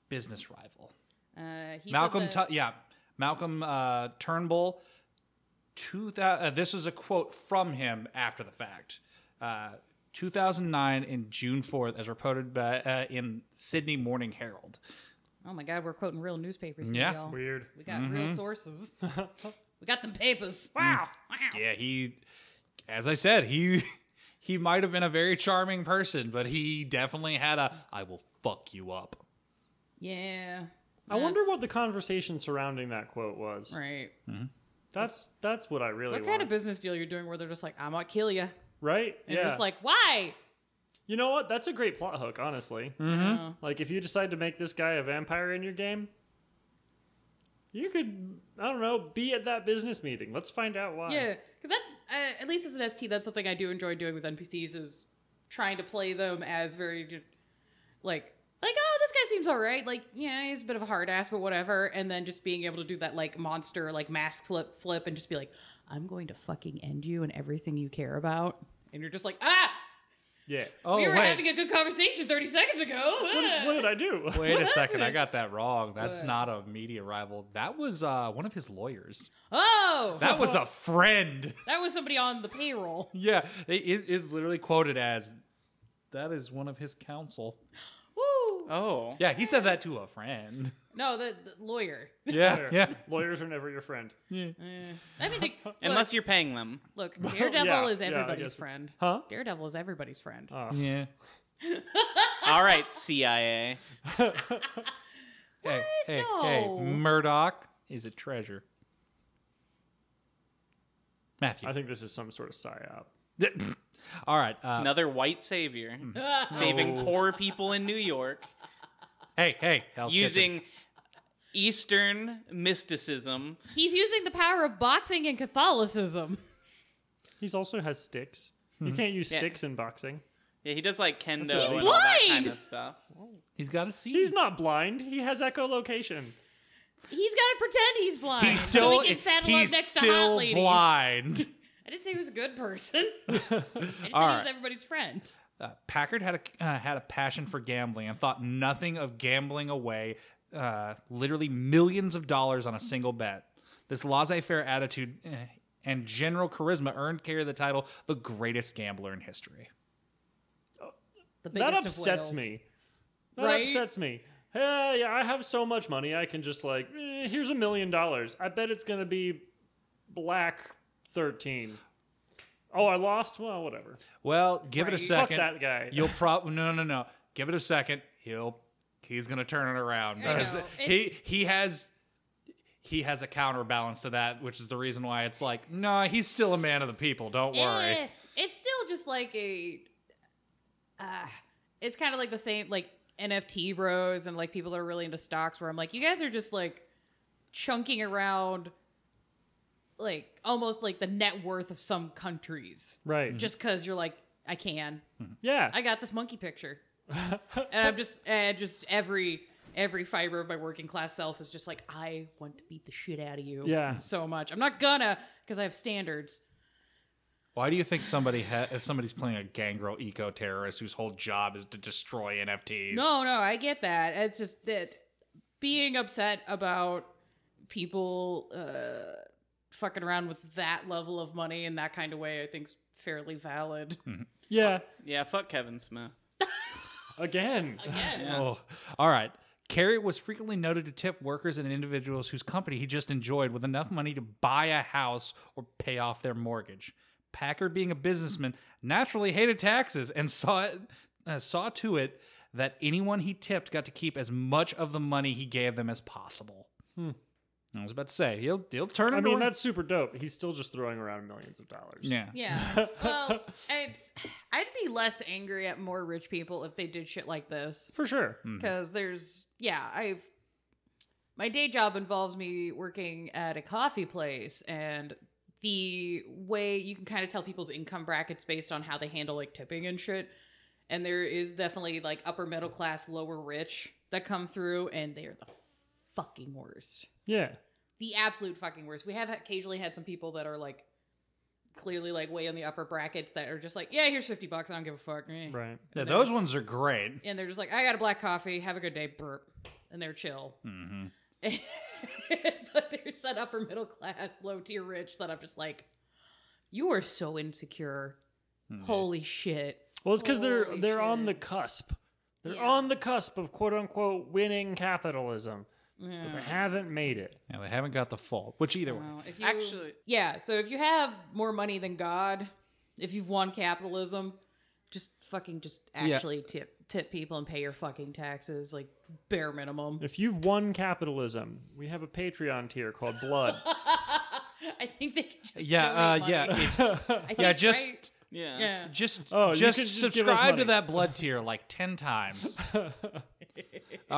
[SPEAKER 4] business rival.
[SPEAKER 2] Uh, he
[SPEAKER 4] Malcolm,
[SPEAKER 2] said
[SPEAKER 4] Tu
[SPEAKER 2] that-
[SPEAKER 4] yeah, Malcolm uh, Turnbull. Two thousand. Uh, this is a quote from him after the fact. Uh, 2009 in June 4th, as reported by uh, in Sydney Morning Herald.
[SPEAKER 2] oh my God, we're quoting real newspapers. Here,
[SPEAKER 4] Yeah.
[SPEAKER 2] y'all.
[SPEAKER 1] Weird.
[SPEAKER 2] We got
[SPEAKER 1] Mm-hmm.
[SPEAKER 2] real sources. we got them papers. Mm. Wow. Wow.
[SPEAKER 4] Yeah, he, as I said, he he might have been a very charming person, but he definitely had a "I will fuck you up."
[SPEAKER 2] Yeah.
[SPEAKER 1] I wonder
[SPEAKER 2] That's
[SPEAKER 1] what the conversation surrounding that quote was.
[SPEAKER 2] Right.
[SPEAKER 1] That's that's what I really
[SPEAKER 2] What
[SPEAKER 1] want.
[SPEAKER 2] kind of business deal you're doing where they're just like, I'm gonna kill you, and
[SPEAKER 1] right?
[SPEAKER 2] you're
[SPEAKER 1] yeah.
[SPEAKER 2] just like, why?
[SPEAKER 1] you know what? That's a great plot hook, honestly.
[SPEAKER 2] Uh,
[SPEAKER 1] Like if you decide to make this guy a vampire in your game, you could I don't know, be at that business meeting. Let's find out why.
[SPEAKER 2] yeah, because that's uh, at least as an ST, that's something I do enjoy doing with NPCs is trying to play them as very ju- like. Like, oh, this guy seems all right. Like, yeah, he's a bit of a hard ass, but whatever. And then just being able to do that, like, monster, like, mask flip, flip, and just be like, I'm going to fucking end you and everything you care about. And you're just like, ah,
[SPEAKER 1] Yeah.
[SPEAKER 4] Oh
[SPEAKER 2] we were
[SPEAKER 4] wait,
[SPEAKER 2] having a good conversation 30 seconds ago.
[SPEAKER 1] What, what did I do?
[SPEAKER 4] wait a second, I got that wrong. That's
[SPEAKER 2] What?
[SPEAKER 4] not a media rival. That was uh, one of his lawyers.
[SPEAKER 2] oh, that,
[SPEAKER 4] That was a friend.
[SPEAKER 2] was somebody on the payroll.
[SPEAKER 4] Yeah, it, it, it's literally quoted as that is one of his counsel.
[SPEAKER 2] Woo!
[SPEAKER 3] Oh.
[SPEAKER 4] Yeah, he said that to a friend.
[SPEAKER 2] No, the, the lawyer. Eh.
[SPEAKER 4] Yeah, yeah.
[SPEAKER 1] Lawyers are never your friend.
[SPEAKER 2] I mean, they,
[SPEAKER 3] Unless you're paying them.
[SPEAKER 2] look, look, Daredevil
[SPEAKER 1] yeah,
[SPEAKER 2] is
[SPEAKER 1] yeah, I
[SPEAKER 2] everybody's
[SPEAKER 1] guess. Uh.
[SPEAKER 2] friend.
[SPEAKER 1] Huh?
[SPEAKER 2] Daredevil is everybody's friend.
[SPEAKER 1] Ah,
[SPEAKER 4] Yeah.
[SPEAKER 3] All right, CIA.
[SPEAKER 4] Hey, hey,
[SPEAKER 2] No.
[SPEAKER 4] hey. Murdoch is a treasure. Matthew.
[SPEAKER 1] I think this is some sort of psyop.
[SPEAKER 4] All right. Uh,
[SPEAKER 3] Another white savior saving poor people in New York
[SPEAKER 4] Hey, hey. Hell's Kitchen.
[SPEAKER 3] using Eastern mysticism.
[SPEAKER 2] He's using the power of boxing and Catholicism.
[SPEAKER 1] He's also has sticks. You
[SPEAKER 2] Hmm.
[SPEAKER 1] can't use sticks in boxing.
[SPEAKER 3] Yeah, he does like kendo
[SPEAKER 1] He's
[SPEAKER 3] and all that
[SPEAKER 2] blind!
[SPEAKER 3] kind of stuff.
[SPEAKER 4] He's got a seat.
[SPEAKER 1] He's not blind. He has echolocation.
[SPEAKER 2] He's got to pretend he's blind.
[SPEAKER 4] He's still,
[SPEAKER 2] so he can saddle
[SPEAKER 4] he's
[SPEAKER 2] up next
[SPEAKER 4] still
[SPEAKER 2] to hot ladies.
[SPEAKER 4] blind.
[SPEAKER 2] I didn't say he was a good person. I just said he was
[SPEAKER 4] right.
[SPEAKER 2] everybody's friend.
[SPEAKER 4] Uh, Packard had a uh, had a passion for gambling and thought nothing of gambling away uh, literally millions of dollars on a single bet. This laissez-faire attitude eh, and general charisma earned Carey the title the greatest gambler in history.
[SPEAKER 2] The biggest
[SPEAKER 1] That
[SPEAKER 2] of
[SPEAKER 1] upsets
[SPEAKER 2] whales.
[SPEAKER 1] me. That
[SPEAKER 2] Right?
[SPEAKER 1] upsets me. Hey, I have so much money. I can just like, eh, here's a million dollars. I bet it's gonna be black thirteen. Oh, I lost. Well, whatever.
[SPEAKER 4] Well, give it a
[SPEAKER 2] Right.
[SPEAKER 1] Fuck
[SPEAKER 4] second.
[SPEAKER 1] that guy.
[SPEAKER 4] You'll probably no no no. Give it a second. He'll he's gonna turn it around.
[SPEAKER 2] I
[SPEAKER 4] Because
[SPEAKER 2] know.
[SPEAKER 4] He he has he has a counterbalance to that, which is the reason why it's like, nah, he's still a man of the people. Don't worry.
[SPEAKER 2] Eh, it's still just like a. Uh, it's kind of like the same, like NFT bros and like people that are really into stocks, where I'm like, you guys are just like chunking around like almost like the net worth of some countries
[SPEAKER 1] right.
[SPEAKER 2] just because you're like, I can.
[SPEAKER 1] yeah.
[SPEAKER 2] I got this monkey picture. and I'm just, and just every. Every fiber of my working class self is just like, I want to beat the shit out of you
[SPEAKER 1] Yeah.
[SPEAKER 2] so much. I'm not gonna because I have standards.
[SPEAKER 4] Why do you think somebody ha- if somebody's playing a gangrel eco terrorist whose whole job is to destroy NFTs?
[SPEAKER 2] No, no, I get that. It's just that being upset about people uh, fucking around with that level of money in that kind of way, I think's fairly valid.
[SPEAKER 1] Yeah.
[SPEAKER 3] Yeah, fuck Kevin Smith.
[SPEAKER 1] Again.
[SPEAKER 4] Oh, all right. Carrot was frequently noted to tip workers and individuals whose company he just enjoyed with enough money to buy a house or pay off their mortgage. Packard, being a businessman, naturally hated taxes and saw it, uh, saw to it that anyone he tipped got to keep as much of the money he gave them as possible. I was about to say he'll he'll turn.
[SPEAKER 1] Hmm. I
[SPEAKER 4] it
[SPEAKER 1] mean,
[SPEAKER 4] around.
[SPEAKER 1] that's super dope. He's still just throwing around millions of dollars.
[SPEAKER 4] yeah.
[SPEAKER 2] Yeah. well, it's I'd be less angry at more rich people if they did shit like this.
[SPEAKER 1] For sure.
[SPEAKER 2] because there's yeah i've my day job involves me working at a coffee place and the way you can kind of tell people's income brackets based on how they handle like tipping and shit and there is definitely like upper middle class lower rich that come through and they are the fucking worst
[SPEAKER 1] Yeah.
[SPEAKER 2] the absolute fucking worst we have occasionally had some people that are like clearly like way in the upper brackets that are just like yeah here's 50 bucks i don't give a fuck eh.
[SPEAKER 1] Right.
[SPEAKER 4] Yeah,
[SPEAKER 2] And
[SPEAKER 4] those
[SPEAKER 2] there's-
[SPEAKER 4] ones are great.
[SPEAKER 2] and they're just like, I got a black coffee, have a good day, burp. And they're chill.
[SPEAKER 4] Mhm.
[SPEAKER 2] but there's that upper middle class, low tier rich that I'm just like, you are so insecure.
[SPEAKER 4] Hmm. Mm-hmm.
[SPEAKER 2] Holy shit.
[SPEAKER 1] Well, it's because they're
[SPEAKER 2] Holy
[SPEAKER 1] they're on
[SPEAKER 2] shit.
[SPEAKER 1] the cusp. They're
[SPEAKER 2] Yeah.
[SPEAKER 1] on the cusp of quote unquote winning capitalism, but they
[SPEAKER 2] Yeah.
[SPEAKER 1] haven't made it.
[SPEAKER 4] Yeah, they haven't got the full. Which either way,
[SPEAKER 2] So if you-
[SPEAKER 3] Actually-
[SPEAKER 2] yeah. So if you have more money than God, if you've won capitalism, just fucking just
[SPEAKER 4] Yeah.
[SPEAKER 2] actually tip tip people and pay your fucking taxes like bare minimum.
[SPEAKER 1] If you've won capitalism, we have a Patreon tier called Blood.
[SPEAKER 2] I think they can just
[SPEAKER 4] yeah, uh,
[SPEAKER 2] donate
[SPEAKER 4] yeah,
[SPEAKER 2] money.
[SPEAKER 4] if-
[SPEAKER 2] I think,
[SPEAKER 4] yeah. Just
[SPEAKER 2] right?
[SPEAKER 3] Yeah.
[SPEAKER 2] yeah.
[SPEAKER 4] just
[SPEAKER 1] Oh, you
[SPEAKER 4] just,
[SPEAKER 1] could just give us
[SPEAKER 4] subscribe
[SPEAKER 1] money.
[SPEAKER 4] to that blood tier like 10 times all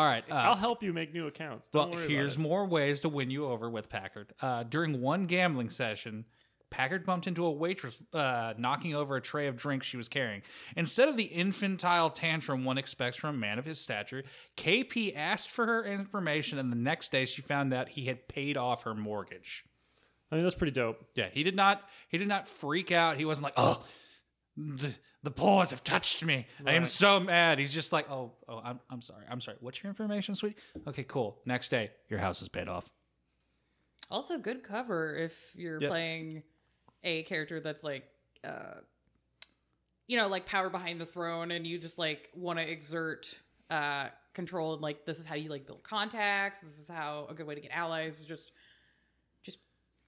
[SPEAKER 4] right uh,
[SPEAKER 1] I'll help you make new accounts. Don't
[SPEAKER 4] well
[SPEAKER 1] worry
[SPEAKER 4] here's
[SPEAKER 1] about
[SPEAKER 4] more ways to win you over with packard uh, during one gambling session packard bumped into a waitress uh, knocking over a tray of drinks she was carrying instead of the infantile tantrum one expects from a man of his stature kp asked for her information and the next day she found out he had paid off her mortgage
[SPEAKER 1] it. I mean, that's pretty dope.
[SPEAKER 4] yeah, he did not. He did not freak out. He wasn't like, oh, the the paws have touched me. I am so mad. He's just like, oh, oh, I'm I'm sorry. I'm sorry. What's your information, sweetie? Okay, cool. Next day, your house is paid off.
[SPEAKER 2] Also, good cover if you're
[SPEAKER 4] Yeah.
[SPEAKER 2] playing a character that's like, uh, you know, like power behind the throne, and you just like want to exert uh, control. And like, this is how you like build contacts. This is how a good way to get allies is just, just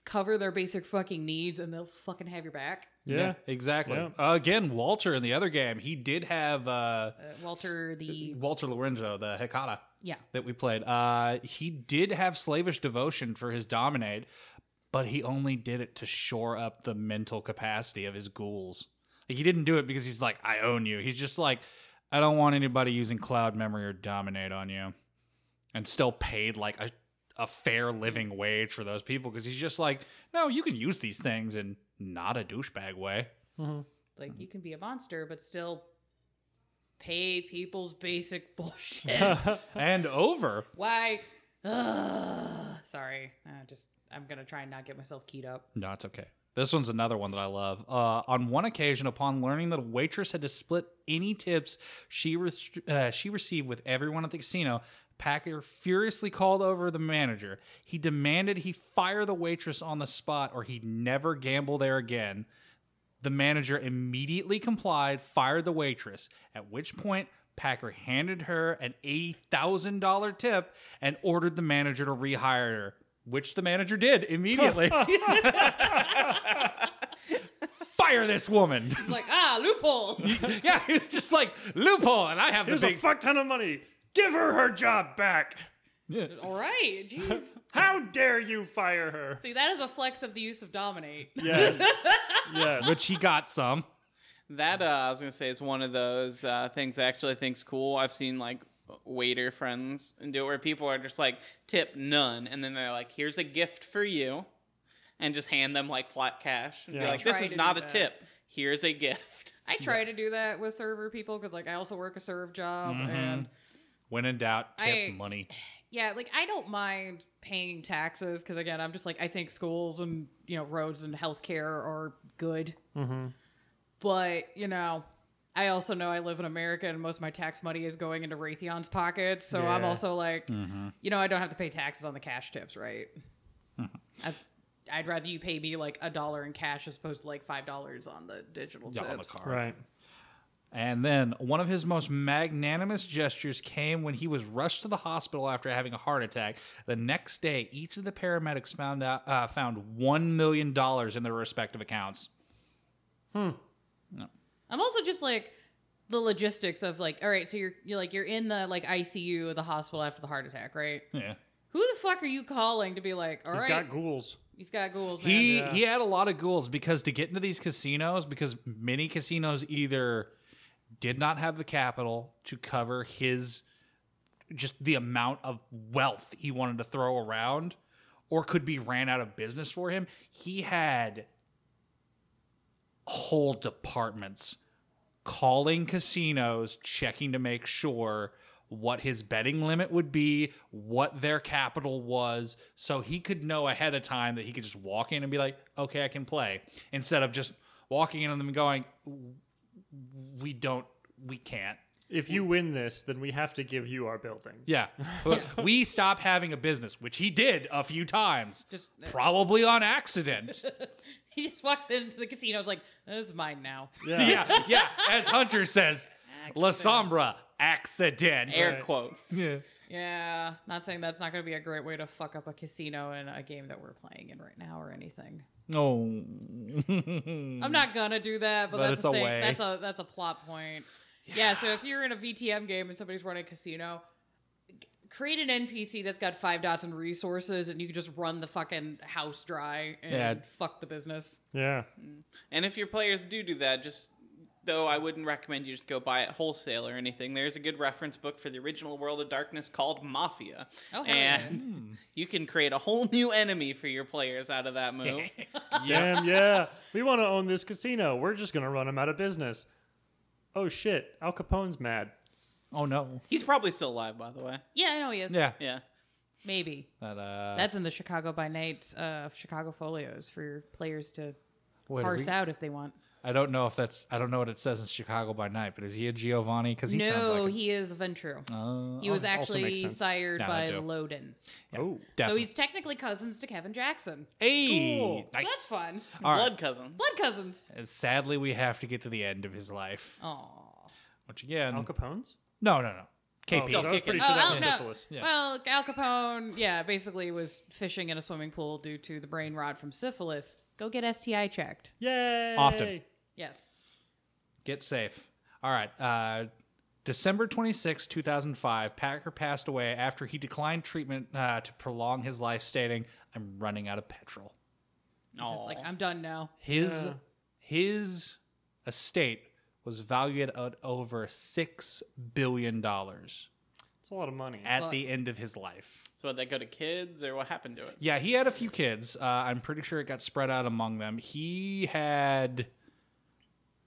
[SPEAKER 2] cover their basic fucking needs, and they'll fucking have your back.
[SPEAKER 1] Yeah.
[SPEAKER 4] exactly.
[SPEAKER 1] Yeah.
[SPEAKER 4] Uh, again, Walter in the other game, he did have uh,
[SPEAKER 2] Uh, Walter the
[SPEAKER 4] Walter Lorenzo, the Hecata.
[SPEAKER 2] yeah,
[SPEAKER 4] that we played. Uh, he did have slavish devotion for his dominate, but he only did it to shore up the mental capacity of his ghouls. Like, he didn't do it because he's like, I own you. He's just like, I don't want anybody using cloud memory or dominate on you, and still paid like a a fair living wage for those people because he's just like, no, you can use these things in not a douchebag way.
[SPEAKER 2] like you can be a monster, but still pay people's basic bullshit.
[SPEAKER 4] and over.
[SPEAKER 2] Why? Ugh. Sorry. Uh, just I'm gonna try and not get myself keyed up.
[SPEAKER 4] No, it's okay. This one's another one that I love. Uh, on one occasion, upon learning that a waitress had to split any tips she res- uh, she received with everyone at the casino, Packer furiously called over the manager. He demanded he fire the waitress on the spot, or he'd never gamble there again. The manager immediately complied, fired the waitress, at which point Packer handed her an $80,000 tip and ordered the manager to rehire her, which the manager did immediately. Fire this woman.
[SPEAKER 2] It's like ah loophole.
[SPEAKER 4] yeah, it's just like loophole, and I have
[SPEAKER 1] Here's
[SPEAKER 4] the
[SPEAKER 1] a
[SPEAKER 4] big.
[SPEAKER 1] fuck ton of money. Give her her job back.
[SPEAKER 2] All right. Jeez.
[SPEAKER 1] How dare you fire her?
[SPEAKER 2] See, that is a flex of the use of dominate.
[SPEAKER 1] Yes. yes.
[SPEAKER 4] which he got some.
[SPEAKER 3] That uh, I was gonna say is one of those uh, things I actually think's cool. I've seen like waiter friends and do it where people are just like tip none, and then they're like, "Here's a gift for you," and just hand them like flat cash and be
[SPEAKER 1] Yeah.
[SPEAKER 3] like,
[SPEAKER 2] I
[SPEAKER 3] "This
[SPEAKER 2] try
[SPEAKER 3] is
[SPEAKER 2] to
[SPEAKER 3] not
[SPEAKER 2] do
[SPEAKER 3] a
[SPEAKER 2] that.
[SPEAKER 3] tip. Here's a gift."
[SPEAKER 2] I try to do that with server people because like I also work a serve job and
[SPEAKER 4] When in doubt, tip
[SPEAKER 2] I-
[SPEAKER 4] money.
[SPEAKER 2] Yeah, like I don't mind paying taxes because again, I'm just like I think schools and you know roads and healthcare are good.
[SPEAKER 1] Mhm.
[SPEAKER 2] But you know, I also know I live in America and most of my tax money is going into Raytheon's pockets, so I'm
[SPEAKER 1] Yeah.
[SPEAKER 2] also like,
[SPEAKER 4] Mm-hmm.
[SPEAKER 2] you know, I don't have to pay taxes on the cash tips, right? That's, I'd rather you pay me like a dollar in cash as opposed to like five dollars on the digital
[SPEAKER 4] Yeah,
[SPEAKER 2] tips.
[SPEAKER 4] on the card.
[SPEAKER 1] Right.
[SPEAKER 4] And then one of his most magnanimous gestures came when he was rushed to the hospital after having a heart attack. The next day, each of the paramedics found out uh, found one million dollars in their respective accounts.
[SPEAKER 2] I'm also just like the logistics of like, all right, so you're you're like you're in the like ICU of the hospital after the heart attack, right?
[SPEAKER 4] Yeah.
[SPEAKER 2] Who the fuck are you calling to be like, all
[SPEAKER 1] He's
[SPEAKER 2] right,
[SPEAKER 1] got ghouls.
[SPEAKER 2] he's got ghouls, uh, man.
[SPEAKER 4] He he had a lot of ghouls because to get into these casinos, because many casinos either did not have the capital to cover his just the amount of wealth he wanted to throw around or could be ran out of business for him. He had whole departments calling casinos, checking to make sure what his betting limit would be, what their capital was, so he could know ahead of time that he could just walk in and be like, okay, I can play, instead of just walking in on them and going, "W- we don't, we can't.
[SPEAKER 1] If you win this, then we have to give you our building.
[SPEAKER 4] Yeah. we stop having a business, which he did a few times,
[SPEAKER 2] Just- uh,
[SPEAKER 4] probably on accident.
[SPEAKER 2] he just walks into the casino, is like, this is mine now.
[SPEAKER 1] Yeah.
[SPEAKER 4] yeah, yeah. As Hunter says, La Sombra, accident.
[SPEAKER 3] Air quote.
[SPEAKER 4] Yeah.
[SPEAKER 2] Yeah, not saying that's not going to be a great way to fuck up a casino in a game that we're playing in right now or anything.
[SPEAKER 4] Oh.
[SPEAKER 2] I'm not gonna do that, but,
[SPEAKER 4] But
[SPEAKER 2] that's
[SPEAKER 4] it's
[SPEAKER 2] a
[SPEAKER 4] a
[SPEAKER 2] thing.
[SPEAKER 4] way.
[SPEAKER 2] That's a that's a plot point. Yeah. So if you're in a VTM game and somebody's running a casino, g- create an NPC that's got five dots and resources, and you can just run the fucking house dry and
[SPEAKER 4] Yeah.
[SPEAKER 2] fuck the business.
[SPEAKER 1] Yeah.
[SPEAKER 3] And if your players do do that, just though I wouldn't recommend you just go buy it wholesale or anything. There's a good reference book for the original World of Darkness called Mafia,
[SPEAKER 2] Oh, hell yeah.
[SPEAKER 3] and you can create a whole new enemy for your players out of that move.
[SPEAKER 1] Damn, yeah. We want to own this casino. We're just going to run him out of business. Oh, shit. Al Capone's mad.
[SPEAKER 4] Oh no.
[SPEAKER 3] He's probably still alive, by the way.
[SPEAKER 2] Yeah, I know he is.
[SPEAKER 4] Yeah.
[SPEAKER 3] Yeah.
[SPEAKER 2] maybe
[SPEAKER 4] That, uh,
[SPEAKER 2] that's in the Chicago by Night uh, Chicago folios for your players to
[SPEAKER 4] wait, are
[SPEAKER 2] parse
[SPEAKER 4] we-
[SPEAKER 2] out if they want.
[SPEAKER 4] I don't know if that's. I don't know what it says in Chicago by Night, but is he a Giovanni? Because he sounds
[SPEAKER 2] no,
[SPEAKER 4] like.
[SPEAKER 2] he is a Ventru.
[SPEAKER 4] Uh,
[SPEAKER 2] he was
[SPEAKER 4] al- also makes
[SPEAKER 2] actually
[SPEAKER 4] sense.
[SPEAKER 2] sired
[SPEAKER 4] Yeah,
[SPEAKER 2] by
[SPEAKER 4] they do.
[SPEAKER 2] Loden,
[SPEAKER 1] Oh.
[SPEAKER 2] so
[SPEAKER 4] Definitely.
[SPEAKER 2] he's technically cousins to Kevin Jackson.
[SPEAKER 4] hey,
[SPEAKER 1] Cool. So
[SPEAKER 4] nice.
[SPEAKER 2] So that's fun.
[SPEAKER 4] All right.
[SPEAKER 3] Blood cousins.
[SPEAKER 2] Blood cousins.
[SPEAKER 4] And Sadly, we have to get to the end of his life.
[SPEAKER 2] Aw.
[SPEAKER 4] Which again,
[SPEAKER 1] Al Capone's?
[SPEAKER 4] no, no, no.
[SPEAKER 1] Oh,
[SPEAKER 4] KP.
[SPEAKER 1] 'cause I was pretty
[SPEAKER 3] kicking.
[SPEAKER 1] sure
[SPEAKER 2] Oh,
[SPEAKER 1] that
[SPEAKER 2] Al-
[SPEAKER 1] was
[SPEAKER 2] no.
[SPEAKER 1] syphilis.
[SPEAKER 4] Yeah.
[SPEAKER 2] Well, Al Capone, yeah, basically was fishing in a swimming pool due to the brain rot from syphilis. Go get STI checked.
[SPEAKER 1] Yay.
[SPEAKER 4] Often.
[SPEAKER 2] Yes.
[SPEAKER 4] Get safe. All right. Uh, December twenty sixth, 2005, Packer passed away after he declined treatment uh, to prolong his life, stating, I'm running out of petrol.
[SPEAKER 2] He's just like,
[SPEAKER 3] Aw.
[SPEAKER 2] I'm done now.
[SPEAKER 4] His
[SPEAKER 1] Yeah.
[SPEAKER 4] his estate was valued at over $6 billion at
[SPEAKER 1] It's a lot of money.
[SPEAKER 4] the end of his life.
[SPEAKER 3] So would that go to kids or what happened to it?
[SPEAKER 4] Yeah, he had a few kids. Uh, I'm pretty sure it got spread out among them. He had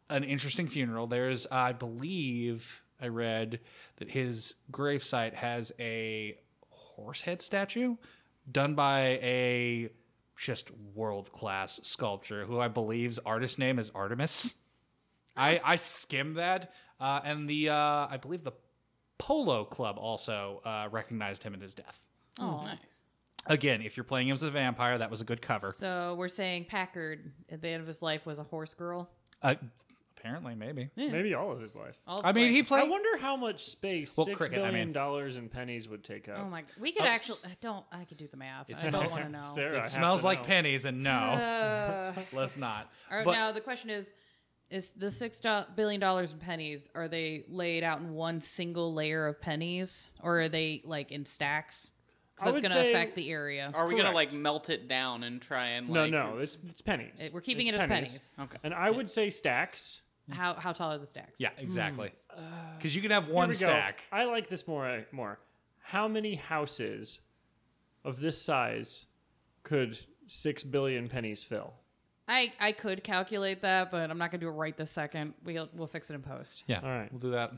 [SPEAKER 4] an interesting funeral. There's, I believe, I read that his gravesite has a horse head statue done by a just world class sculptor who I believe's artist name is Artemis. I, I skimmed that. Uh, and the, uh, I believe the Polo Club also uh, recognized him at his death.
[SPEAKER 2] Oh,
[SPEAKER 3] Mm, Nice.
[SPEAKER 4] Again, if you're playing him as a vampire, that was a good cover.
[SPEAKER 2] So we're saying Packard at the end of his life was a horse girl.
[SPEAKER 4] Uh, apparently, maybe.
[SPEAKER 1] Maybe all of his life.
[SPEAKER 2] All of
[SPEAKER 4] I
[SPEAKER 2] his
[SPEAKER 4] mean,
[SPEAKER 2] life.
[SPEAKER 4] he
[SPEAKER 1] I
[SPEAKER 4] played.
[SPEAKER 1] wonder how much space
[SPEAKER 4] Well,
[SPEAKER 1] six
[SPEAKER 4] cricket, I
[SPEAKER 1] billion
[SPEAKER 4] mean.
[SPEAKER 1] dollars in pennies would take up.
[SPEAKER 2] Oh my! We could
[SPEAKER 4] Oh,
[SPEAKER 2] actually. I don't. I could do the math. I don't want to know.
[SPEAKER 1] Sarah, I
[SPEAKER 4] It
[SPEAKER 1] have
[SPEAKER 4] smells
[SPEAKER 1] to
[SPEAKER 4] like
[SPEAKER 1] know.
[SPEAKER 4] pennies, and no,
[SPEAKER 2] Uh,
[SPEAKER 4] let's not.
[SPEAKER 2] all right,
[SPEAKER 4] But-
[SPEAKER 2] now the question is: Is the six do- billion dollars in pennies? Are they laid out in one single layer of pennies, or are they like in stacks?
[SPEAKER 1] I
[SPEAKER 2] Because
[SPEAKER 1] would
[SPEAKER 2] that's going to
[SPEAKER 1] say-
[SPEAKER 2] affect the area.
[SPEAKER 3] Are we gonna
[SPEAKER 1] Correct.
[SPEAKER 3] like melt it down and try and
[SPEAKER 1] No,
[SPEAKER 3] like
[SPEAKER 1] no, it's it's pennies.
[SPEAKER 2] It- we're keeping
[SPEAKER 1] It's
[SPEAKER 2] it as pennies.
[SPEAKER 3] Okay.
[SPEAKER 1] And I would say stacks.
[SPEAKER 2] How how tall are the stacks?
[SPEAKER 4] yeah, exactly. Because you can have
[SPEAKER 1] Here
[SPEAKER 4] one
[SPEAKER 1] we go.
[SPEAKER 4] stack.
[SPEAKER 1] I like this more. More. How many houses of this size could six billion pennies fill?
[SPEAKER 2] I I could calculate that, but I'm not going to do it right this second. We'll we'll fix it in post.
[SPEAKER 4] Yeah,
[SPEAKER 1] All right.
[SPEAKER 4] we'll do that.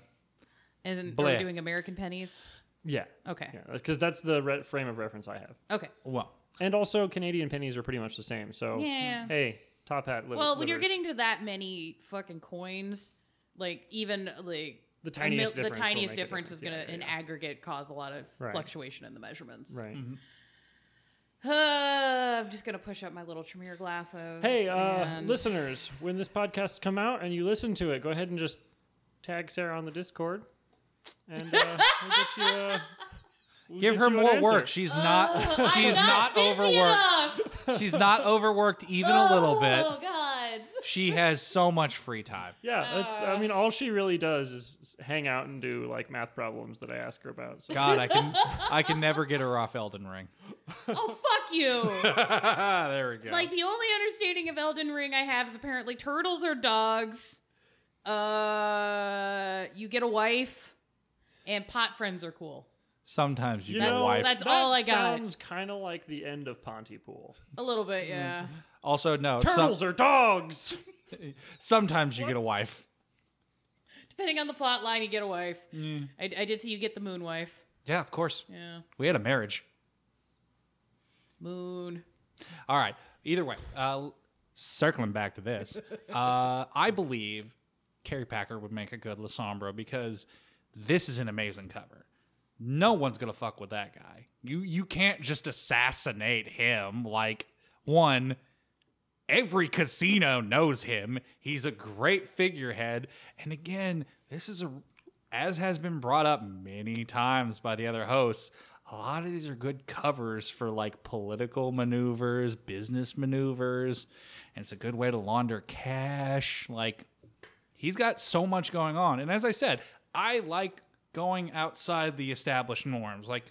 [SPEAKER 2] And then are we
[SPEAKER 4] Blair.
[SPEAKER 2] doing American pennies?
[SPEAKER 1] Yeah.
[SPEAKER 2] Okay.
[SPEAKER 1] Yeah, because that's the re- frame of reference I have.
[SPEAKER 2] Okay.
[SPEAKER 4] Well,
[SPEAKER 1] And also, Canadian pennies are pretty much the same. So,
[SPEAKER 2] Yeah.
[SPEAKER 1] Oh. hey, top hat. Li-
[SPEAKER 2] Well, when you're
[SPEAKER 1] livers.
[SPEAKER 2] getting to that many fucking coins, like even like
[SPEAKER 1] The
[SPEAKER 2] a mil-
[SPEAKER 1] tiniest
[SPEAKER 2] the
[SPEAKER 1] difference will
[SPEAKER 2] tiniest
[SPEAKER 1] make a
[SPEAKER 2] difference is going to,
[SPEAKER 1] difference.
[SPEAKER 2] in
[SPEAKER 1] Yeah,
[SPEAKER 2] aggregate, cause a lot of
[SPEAKER 1] Right.
[SPEAKER 2] fluctuation in the measurements.
[SPEAKER 1] yeah, yeah. Right.
[SPEAKER 2] Uh, I'm just going to push up my little Tremere glasses.
[SPEAKER 1] Hey, uh,
[SPEAKER 2] and-
[SPEAKER 1] listeners, when this podcast come out and you listen to it, go ahead and just tag Sarah on the Discord, and uh, we'll get you, uh, we'll
[SPEAKER 4] give
[SPEAKER 1] get
[SPEAKER 4] her
[SPEAKER 1] you an
[SPEAKER 4] more
[SPEAKER 1] answer.
[SPEAKER 4] work. She's
[SPEAKER 2] Oh,
[SPEAKER 4] not. She's
[SPEAKER 2] I'm
[SPEAKER 4] not,
[SPEAKER 2] busy
[SPEAKER 4] overworked.
[SPEAKER 2] enough.
[SPEAKER 4] She's not overworked even a little
[SPEAKER 2] Oh
[SPEAKER 4] bit.
[SPEAKER 2] God.
[SPEAKER 4] She has so much free time.
[SPEAKER 1] Yeah, that's. I
[SPEAKER 2] Uh.
[SPEAKER 1] mean, all she really does is hang out and do like math problems that I ask her about. So
[SPEAKER 4] God, I can I can never get her off Elden Ring.
[SPEAKER 2] Oh fuck you.
[SPEAKER 4] there we go.
[SPEAKER 2] Like the only understanding of Elden Ring I have is apparently turtles are dogs. Uh, you get a wife, and pot friends are cool.
[SPEAKER 4] Sometimes you,
[SPEAKER 1] you
[SPEAKER 4] get
[SPEAKER 1] know,
[SPEAKER 4] a wife.
[SPEAKER 2] that's-
[SPEAKER 1] that
[SPEAKER 2] all I got.
[SPEAKER 1] Sounds kind of like the end of Pontypool.
[SPEAKER 2] A little bit,
[SPEAKER 1] Mm.
[SPEAKER 2] yeah.
[SPEAKER 4] Also, no. Some,
[SPEAKER 1] Turtles are dogs.
[SPEAKER 4] sometimes you get a wife.
[SPEAKER 2] Depending on the plot line, you get a wife. I, I did see you get the moon wife.
[SPEAKER 4] Yeah, of course.
[SPEAKER 2] Yeah,
[SPEAKER 4] We had a marriage.
[SPEAKER 2] moon.
[SPEAKER 4] All right. Either way, uh, circling back to this, uh, I believe Carrie Packer would make a good La Sombra because this is an amazing cover. No one's gonna fuck with that guy. You you can't just assassinate him. Like one, every casino knows him. He's a great figurehead. And again, this is a as has been brought up many times by the other hosts, a lot of these are good covers for like political maneuvers, business maneuvers, and it's a good way to launder cash. Like he's got so much going on. And as I said, I like going outside the established norms. Like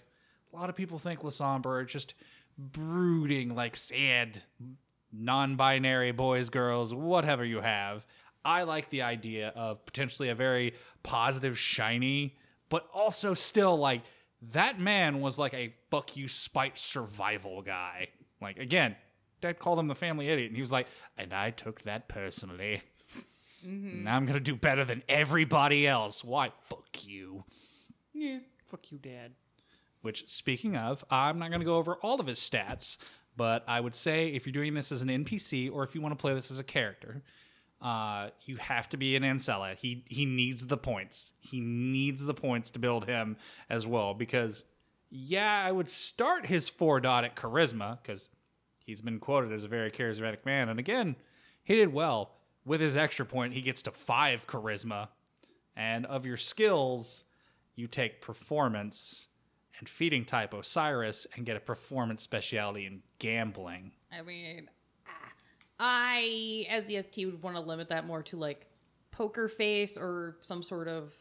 [SPEAKER 4] a lot of people think Lasombra are just brooding like sad non-binary boys, girls, whatever you have. I like the idea of potentially a very positive, shiny, but also still like that man was like a fuck you spite survival guy. Like again, Dad called him the family idiot, and he was like, and I took that personally. And I'm gonna do better than everybody else. Why? Fuck you.
[SPEAKER 2] Yeah.
[SPEAKER 1] Fuck you, Dad.
[SPEAKER 4] Which, speaking of, I'm not going to go over all of his stats, but I would say if you're doing this as an NPC or if you want to play this as a character, uh, you have to be an Ancella. He he needs the points. He needs the points to build him as well because, yeah, I would start his four dot at charisma because he's been quoted as a very charismatic man, and again, he did well with his extra point. He gets to five charisma, and of your skills, you take performance and feeding type Osiris and get a performance specialty in gambling.
[SPEAKER 2] I mean, ah. I as the ST would want to limit that more to like poker face or some sort of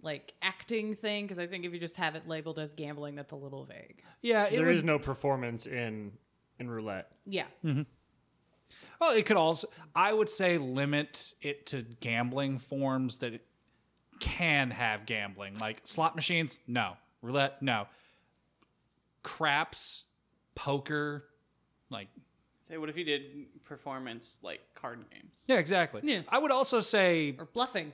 [SPEAKER 2] like acting thing because I think if you just have it labeled as gambling, that's a little vague.
[SPEAKER 4] Yeah, it
[SPEAKER 1] There is
[SPEAKER 4] would-
[SPEAKER 1] no performance in in roulette.
[SPEAKER 2] Yeah.
[SPEAKER 4] Well, it could also. I would say limit it to gambling forms that it can have gambling, like slot machines. No roulette. No craps, poker. Like
[SPEAKER 3] Say, what if you did performance like card games,
[SPEAKER 4] yeah, exactly.
[SPEAKER 2] Yeah.
[SPEAKER 4] I would also say
[SPEAKER 2] Or bluffing.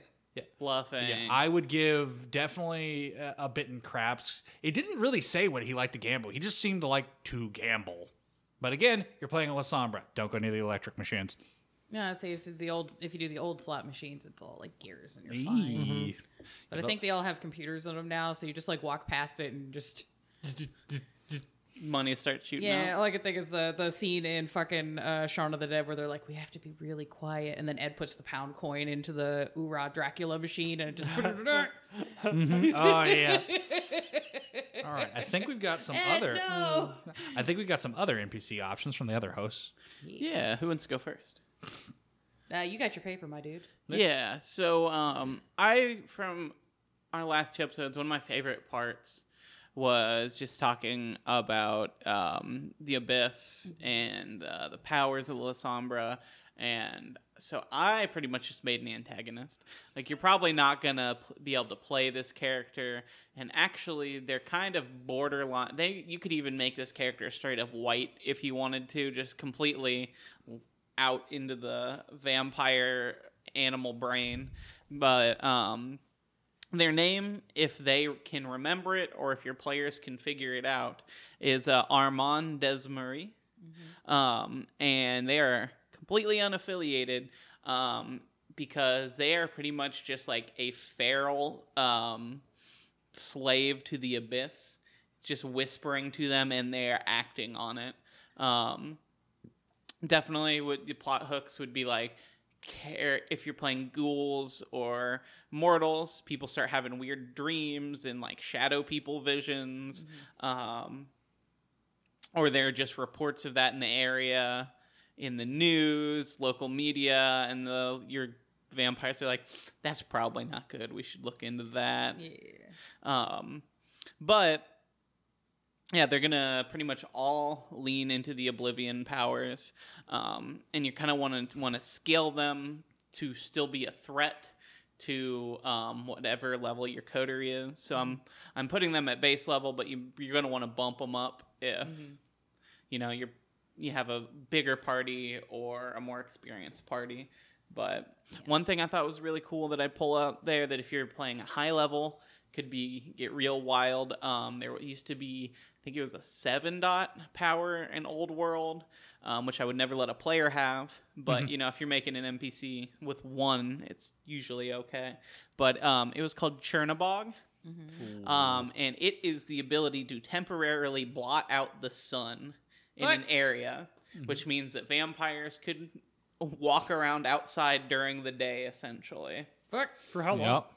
[SPEAKER 3] bluffing?
[SPEAKER 4] Yeah, I would give definitely a, a bit in craps. It didn't really say what he liked to gamble. He just seemed to like to gamble. But again, you're playing a La Sombra. Don't go near the electric machines.
[SPEAKER 2] No, I'd say if the old if you do the old slot machines, it's all like gears and you're fine.
[SPEAKER 4] Eee.
[SPEAKER 2] But I think they all have computers in them now, so you just like walk past it and just
[SPEAKER 3] Money starts shooting.
[SPEAKER 2] yeah.
[SPEAKER 3] out.
[SPEAKER 2] All I could think is the the scene in fucking uh, Shaun of the Dead where they're like, we have to be really quiet, and then Ed puts the pound coin into the Oorah Dracula machine, and it just Mm-hmm.
[SPEAKER 4] Oh yeah. All right. I think we've got some
[SPEAKER 2] Ed,
[SPEAKER 4] other.
[SPEAKER 2] no.
[SPEAKER 4] I think we've got some other NPC options from the other hosts.
[SPEAKER 3] Yeah, who wants to go first?
[SPEAKER 2] Uh, you got your paper, my dude.
[SPEAKER 3] Yeah, so um, I from our last two episodes, one of my favorite parts was just talking about um, the abyss and uh, the powers of La Sombra. And so I pretty much just made an antagonist. Like, you're probably not gonna pl- be able to play this character. And actually, they're kind of borderline. They you could even make this character straight up white if you wanted to, just completely out into the vampire animal brain. But um, their name, if they can remember it or if your players can figure it out, is uh, Armand Desmarais. Um, and they are completely unaffiliated um, because they are pretty much just like a feral um, slave to the abyss. It's just whispering to them and they are acting on it. Um, definitely would the plot hooks would be like care if you're playing ghouls or mortals people start having weird dreams and like shadow people visions
[SPEAKER 2] Mm-hmm.
[SPEAKER 3] um or there are just reports of that in the area in the news local media and the your vampires are like that's probably not good we should look into that
[SPEAKER 2] Yeah.
[SPEAKER 3] um, but yeah, they're gonna pretty much all lean into the Oblivion powers, um, and you kind of want to want to scale them to still be a threat to um, whatever level your coder is. So I'm I'm putting them at base level, but you you're gonna want to bump them up if you know you're you have a bigger party or a more experienced party. But one thing I thought was really cool that I pull out there that if you're playing a high level, could be get real wild. Um, there used to be, I think it was a seven dot power in Old World, um, which I would never let a player have. But you know, if you're making an NPC with one, it's usually okay. But um, it was called Chernabog. Um, and it is the ability to temporarily blot out the sun in
[SPEAKER 2] What?
[SPEAKER 3] an area, which means that vampires could walk around outside during the day, essentially.
[SPEAKER 2] Fuck.
[SPEAKER 1] For how long?
[SPEAKER 4] Yep.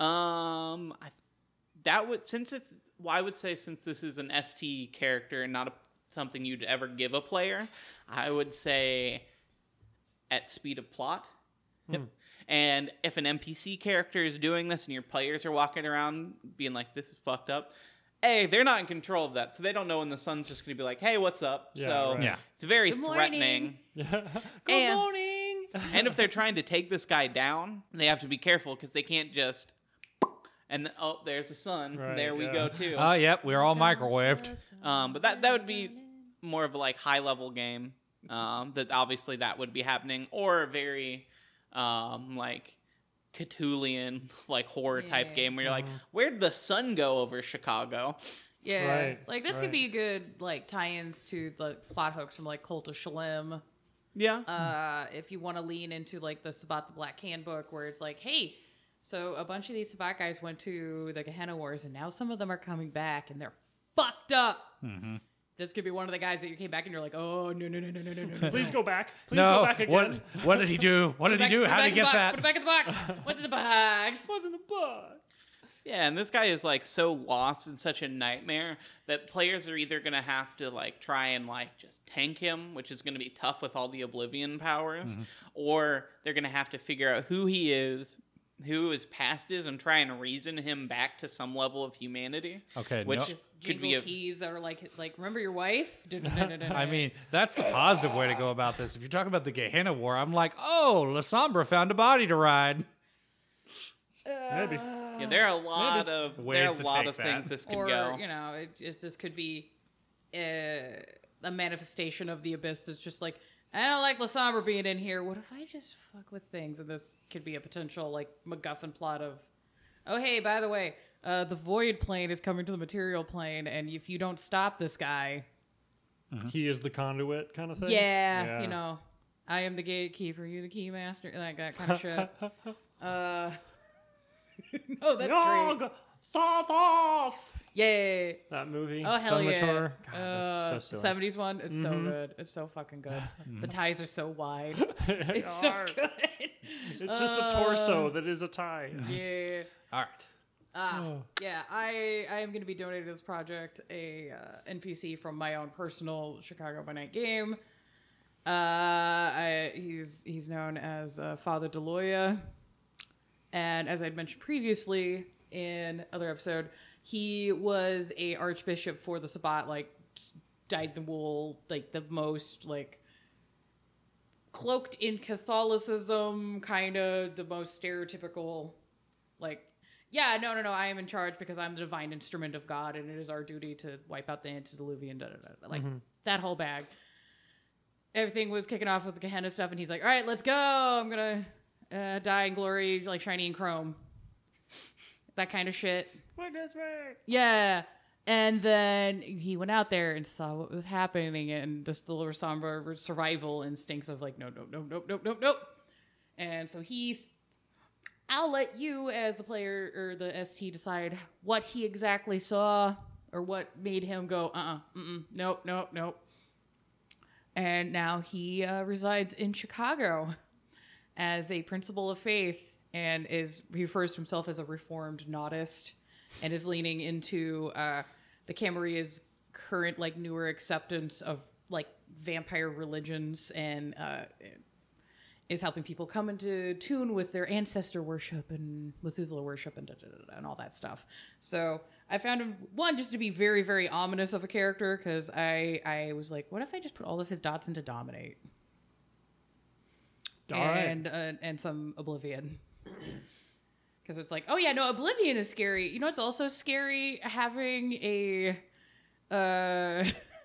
[SPEAKER 3] Um, I, that would since it's well, I would say since this is an ST character and not a, something you'd ever give a player, I would say at speed of plot.
[SPEAKER 1] Yep.
[SPEAKER 3] And if an NPC character is doing this and your players are walking around being like, "This is fucked up," hey, they're not in control of that, so they don't know when the sun's just going to be like, "Hey, what's up?"
[SPEAKER 1] Yeah,
[SPEAKER 3] so
[SPEAKER 1] right.
[SPEAKER 4] Yeah.
[SPEAKER 3] it's very
[SPEAKER 2] Good morning.
[SPEAKER 3] threatening.
[SPEAKER 1] Yeah. Good
[SPEAKER 3] And-
[SPEAKER 1] morning.
[SPEAKER 3] and if they're trying to take this guy down, they have to be careful because they can't just. And th- oh, there's the sun.
[SPEAKER 1] Right,
[SPEAKER 3] there we
[SPEAKER 1] yeah.
[SPEAKER 3] go too.
[SPEAKER 4] Oh, yep. We're all microwaved.
[SPEAKER 3] um, but that that would be more of a, like high level game. Um, that obviously that would be happening, or a very um, like Cthulian like horror
[SPEAKER 2] Yeah.
[SPEAKER 3] type game where you're
[SPEAKER 1] Mm-hmm.
[SPEAKER 3] like, where'd the sun go over Chicago?
[SPEAKER 2] Yeah,
[SPEAKER 1] Right,
[SPEAKER 2] like this could
[SPEAKER 1] right.
[SPEAKER 2] be good like tie-ins to the plot hooks from like Cult of Shalem.
[SPEAKER 3] Yeah.
[SPEAKER 4] Mm.
[SPEAKER 2] Uh, if you want to lean into like the Sabbat the Black Handbook, where it's like, hey, so a bunch of these Sabbat guys went to the Gehenna Wars, and now some of them are coming back, and they're fucked up.
[SPEAKER 4] Mm-hmm.
[SPEAKER 2] This could be one of the guys that you came back and you're like, oh no no no no no no no.
[SPEAKER 1] Please go back. Please go
[SPEAKER 4] No.
[SPEAKER 1] back again.
[SPEAKER 4] What, what did he do? What did he do? How did he get
[SPEAKER 2] that? Put it
[SPEAKER 4] that?
[SPEAKER 2] back in the box. What's in the box?
[SPEAKER 1] was in the book?
[SPEAKER 3] Yeah, and this guy is like so lost in such a nightmare that players are either gonna have to like try and like just tank him, which is gonna be tough with all the oblivion powers,
[SPEAKER 4] Mm-hmm.
[SPEAKER 3] or they're gonna have to figure out who he is, who his past is, and try and reason him back to some level of humanity.
[SPEAKER 4] Okay.
[SPEAKER 3] Which
[SPEAKER 4] no-
[SPEAKER 2] Just
[SPEAKER 3] Could be
[SPEAKER 2] jingle
[SPEAKER 3] a-
[SPEAKER 2] keys that are like like remember your wife?
[SPEAKER 4] I mean, that's the positive way to go about this. If you're talking about the Gehenna War, I'm like, oh, Lasombra found a body to ride.
[SPEAKER 1] Maybe.
[SPEAKER 2] Uh.
[SPEAKER 3] Yeah, there are a lot of there are
[SPEAKER 4] Ways
[SPEAKER 3] a
[SPEAKER 4] to
[SPEAKER 3] lot
[SPEAKER 4] take
[SPEAKER 3] of
[SPEAKER 4] that.
[SPEAKER 3] things this could
[SPEAKER 2] or
[SPEAKER 3] go.
[SPEAKER 2] you know, it just, this could be uh, a manifestation of the abyss. It's just like I don't like Lasombra being in here. What if I just fuck with things? And this could be a potential like MacGuffin plot of, oh hey, by the way, uh, the void plane is coming to the material plane, and if you don't stop this guy,
[SPEAKER 1] He is the conduit kind of thing.
[SPEAKER 2] yeah, you know, I am the gatekeeper, you the key master, like that kind of shit. Uh, no, that's great.
[SPEAKER 1] Nog, stop off.
[SPEAKER 2] Yay.
[SPEAKER 1] That movie.
[SPEAKER 2] Oh hell yeah! Uh,
[SPEAKER 1] Thaumaturge. God, that's so silly. Mm-hmm.
[SPEAKER 2] Seventies one, it's so good. It's so fucking good. The ties are so wide. It's so
[SPEAKER 1] Arr.
[SPEAKER 2] good.
[SPEAKER 1] It's just a
[SPEAKER 2] uh.
[SPEAKER 1] torso that is a tie.
[SPEAKER 2] yeah.
[SPEAKER 4] All right.
[SPEAKER 2] Ah, yeah. I I am going to be donating to this project a uh, NPC from my own personal Chicago by Night game. Uh, I, he's he's known as uh, Father Deloya, and as I'd mentioned previously in other episode, he was a archbishop for the Sabbat, like dyed the wool, like the most like cloaked in Catholicism, kind of the most stereotypical like yeah no no no i am in charge because i'm the divine instrument of god and it is our duty to wipe out the antediluvian da, da, da, da, like that whole bag everything was kicking off with the gehenna stuff and he's like all right let's go i'm gonna uh, die in glory like shiny and chrome that kind of shit.
[SPEAKER 1] Witness me.
[SPEAKER 2] Yeah. And then he went out there and saw what was happening and this little somber survival instincts of like, no, no, no, no, no, no, no. And so he's, I'll let you as the player or the ST decide what he exactly saw or what made him go, uh-uh, mm-mm, nope, nope, nope. And now he uh, resides in Chicago as a principal of faith and is refers to himself as a reformed nautist and is leaning into uh, the Camaria's current like newer acceptance of like vampire religions and uh, is helping people come into tune with their ancestor worship and Methuselah worship and da, da, da, da, and all that stuff. So I found him one just to be very very ominous of a character because I I was like, what if I just put all of his dots into dominate
[SPEAKER 1] All right.
[SPEAKER 2] and uh, and some oblivion. Because it's like, oh yeah, no, Oblivion is scary. You know, it's also scary having a, uh,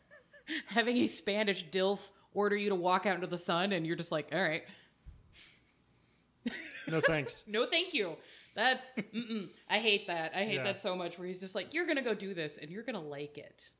[SPEAKER 2] having a Spanish dilf order you to walk out into the sun, and you're just like, all right,
[SPEAKER 1] No thanks.
[SPEAKER 2] no, thank you. That's, mm-mm. I hate that. I hate
[SPEAKER 1] Yeah.
[SPEAKER 2] that so much. Where he's just like, you're gonna go do this, and you're gonna like it,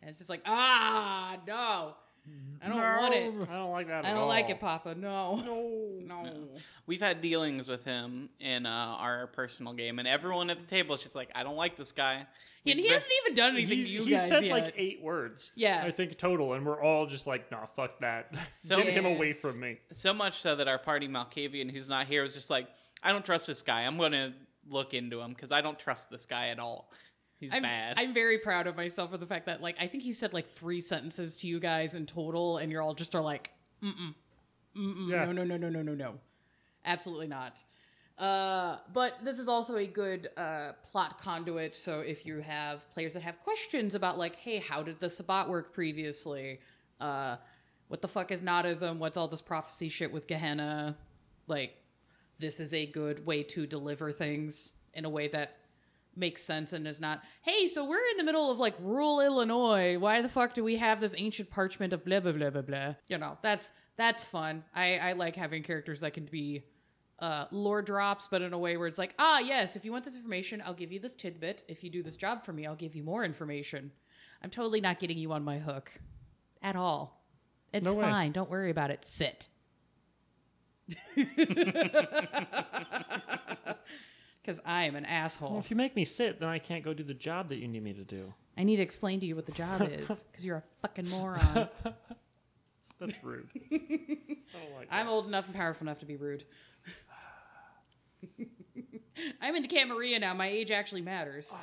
[SPEAKER 2] and it's just like, ah, no, I don't want it.
[SPEAKER 1] I don't like that
[SPEAKER 2] I
[SPEAKER 1] at
[SPEAKER 2] don't
[SPEAKER 1] all.
[SPEAKER 2] like it, Papa. No,
[SPEAKER 1] No.
[SPEAKER 2] no.
[SPEAKER 3] We've had dealings with him in uh, our personal game, and everyone at the table is just like, I don't like this guy.
[SPEAKER 2] And he
[SPEAKER 3] We've been-
[SPEAKER 2] hasn't even done anything
[SPEAKER 1] He,
[SPEAKER 2] to you
[SPEAKER 1] he
[SPEAKER 2] guys
[SPEAKER 1] said
[SPEAKER 2] yet.
[SPEAKER 1] like eight words.
[SPEAKER 2] Yeah.
[SPEAKER 1] I think total, and we're all just like, nah, fuck that.
[SPEAKER 3] So-
[SPEAKER 1] Get him
[SPEAKER 2] Yeah.
[SPEAKER 1] away from me.
[SPEAKER 3] so much so that our party Malkavian, who's not here, was just like, I don't trust this guy. I'm going to look into him because I don't trust this guy at all. He's
[SPEAKER 2] I'm,
[SPEAKER 3] bad.
[SPEAKER 2] I'm very proud of myself for the fact that like I think he said like three sentences to you guys in total, and you're all just are like, mm mm, mm
[SPEAKER 1] Yeah.
[SPEAKER 2] mm, no, no, no, no, no, no, no, absolutely not. Uh, but this is also a good uh, plot conduit. So if you have players that have questions about like, hey, how did the Sabbat work previously? Uh, what the fuck is Nodism? What's all this prophecy shit with Gehenna? Like, this is a good way to deliver things in a way that makes sense and is not, hey, so we're in the middle of like rural Illinois. Why the fuck do we have this ancient parchment of blah blah blah blah blah? You know, that's that's fun. I, I like having characters that can be uh, lore drops, but in a way where it's like, ah, yes, if you want this information, I'll give you this tidbit. If you do this job for me, I'll give you more information. I'm totally not getting you on my hook at all. It's
[SPEAKER 1] No way.
[SPEAKER 2] fine. Don't worry about it. Sit. Because I am an
[SPEAKER 1] Well,
[SPEAKER 2] asshole.
[SPEAKER 1] if you make me sit, then I can't go do the job that you need me to do.
[SPEAKER 2] I need to explain to you what the job is because you're a fucking moron.
[SPEAKER 1] That's rude. I don't like
[SPEAKER 2] I'm
[SPEAKER 1] that.
[SPEAKER 2] old enough and powerful enough to be rude. I'm into Camarilla now. My age actually matters.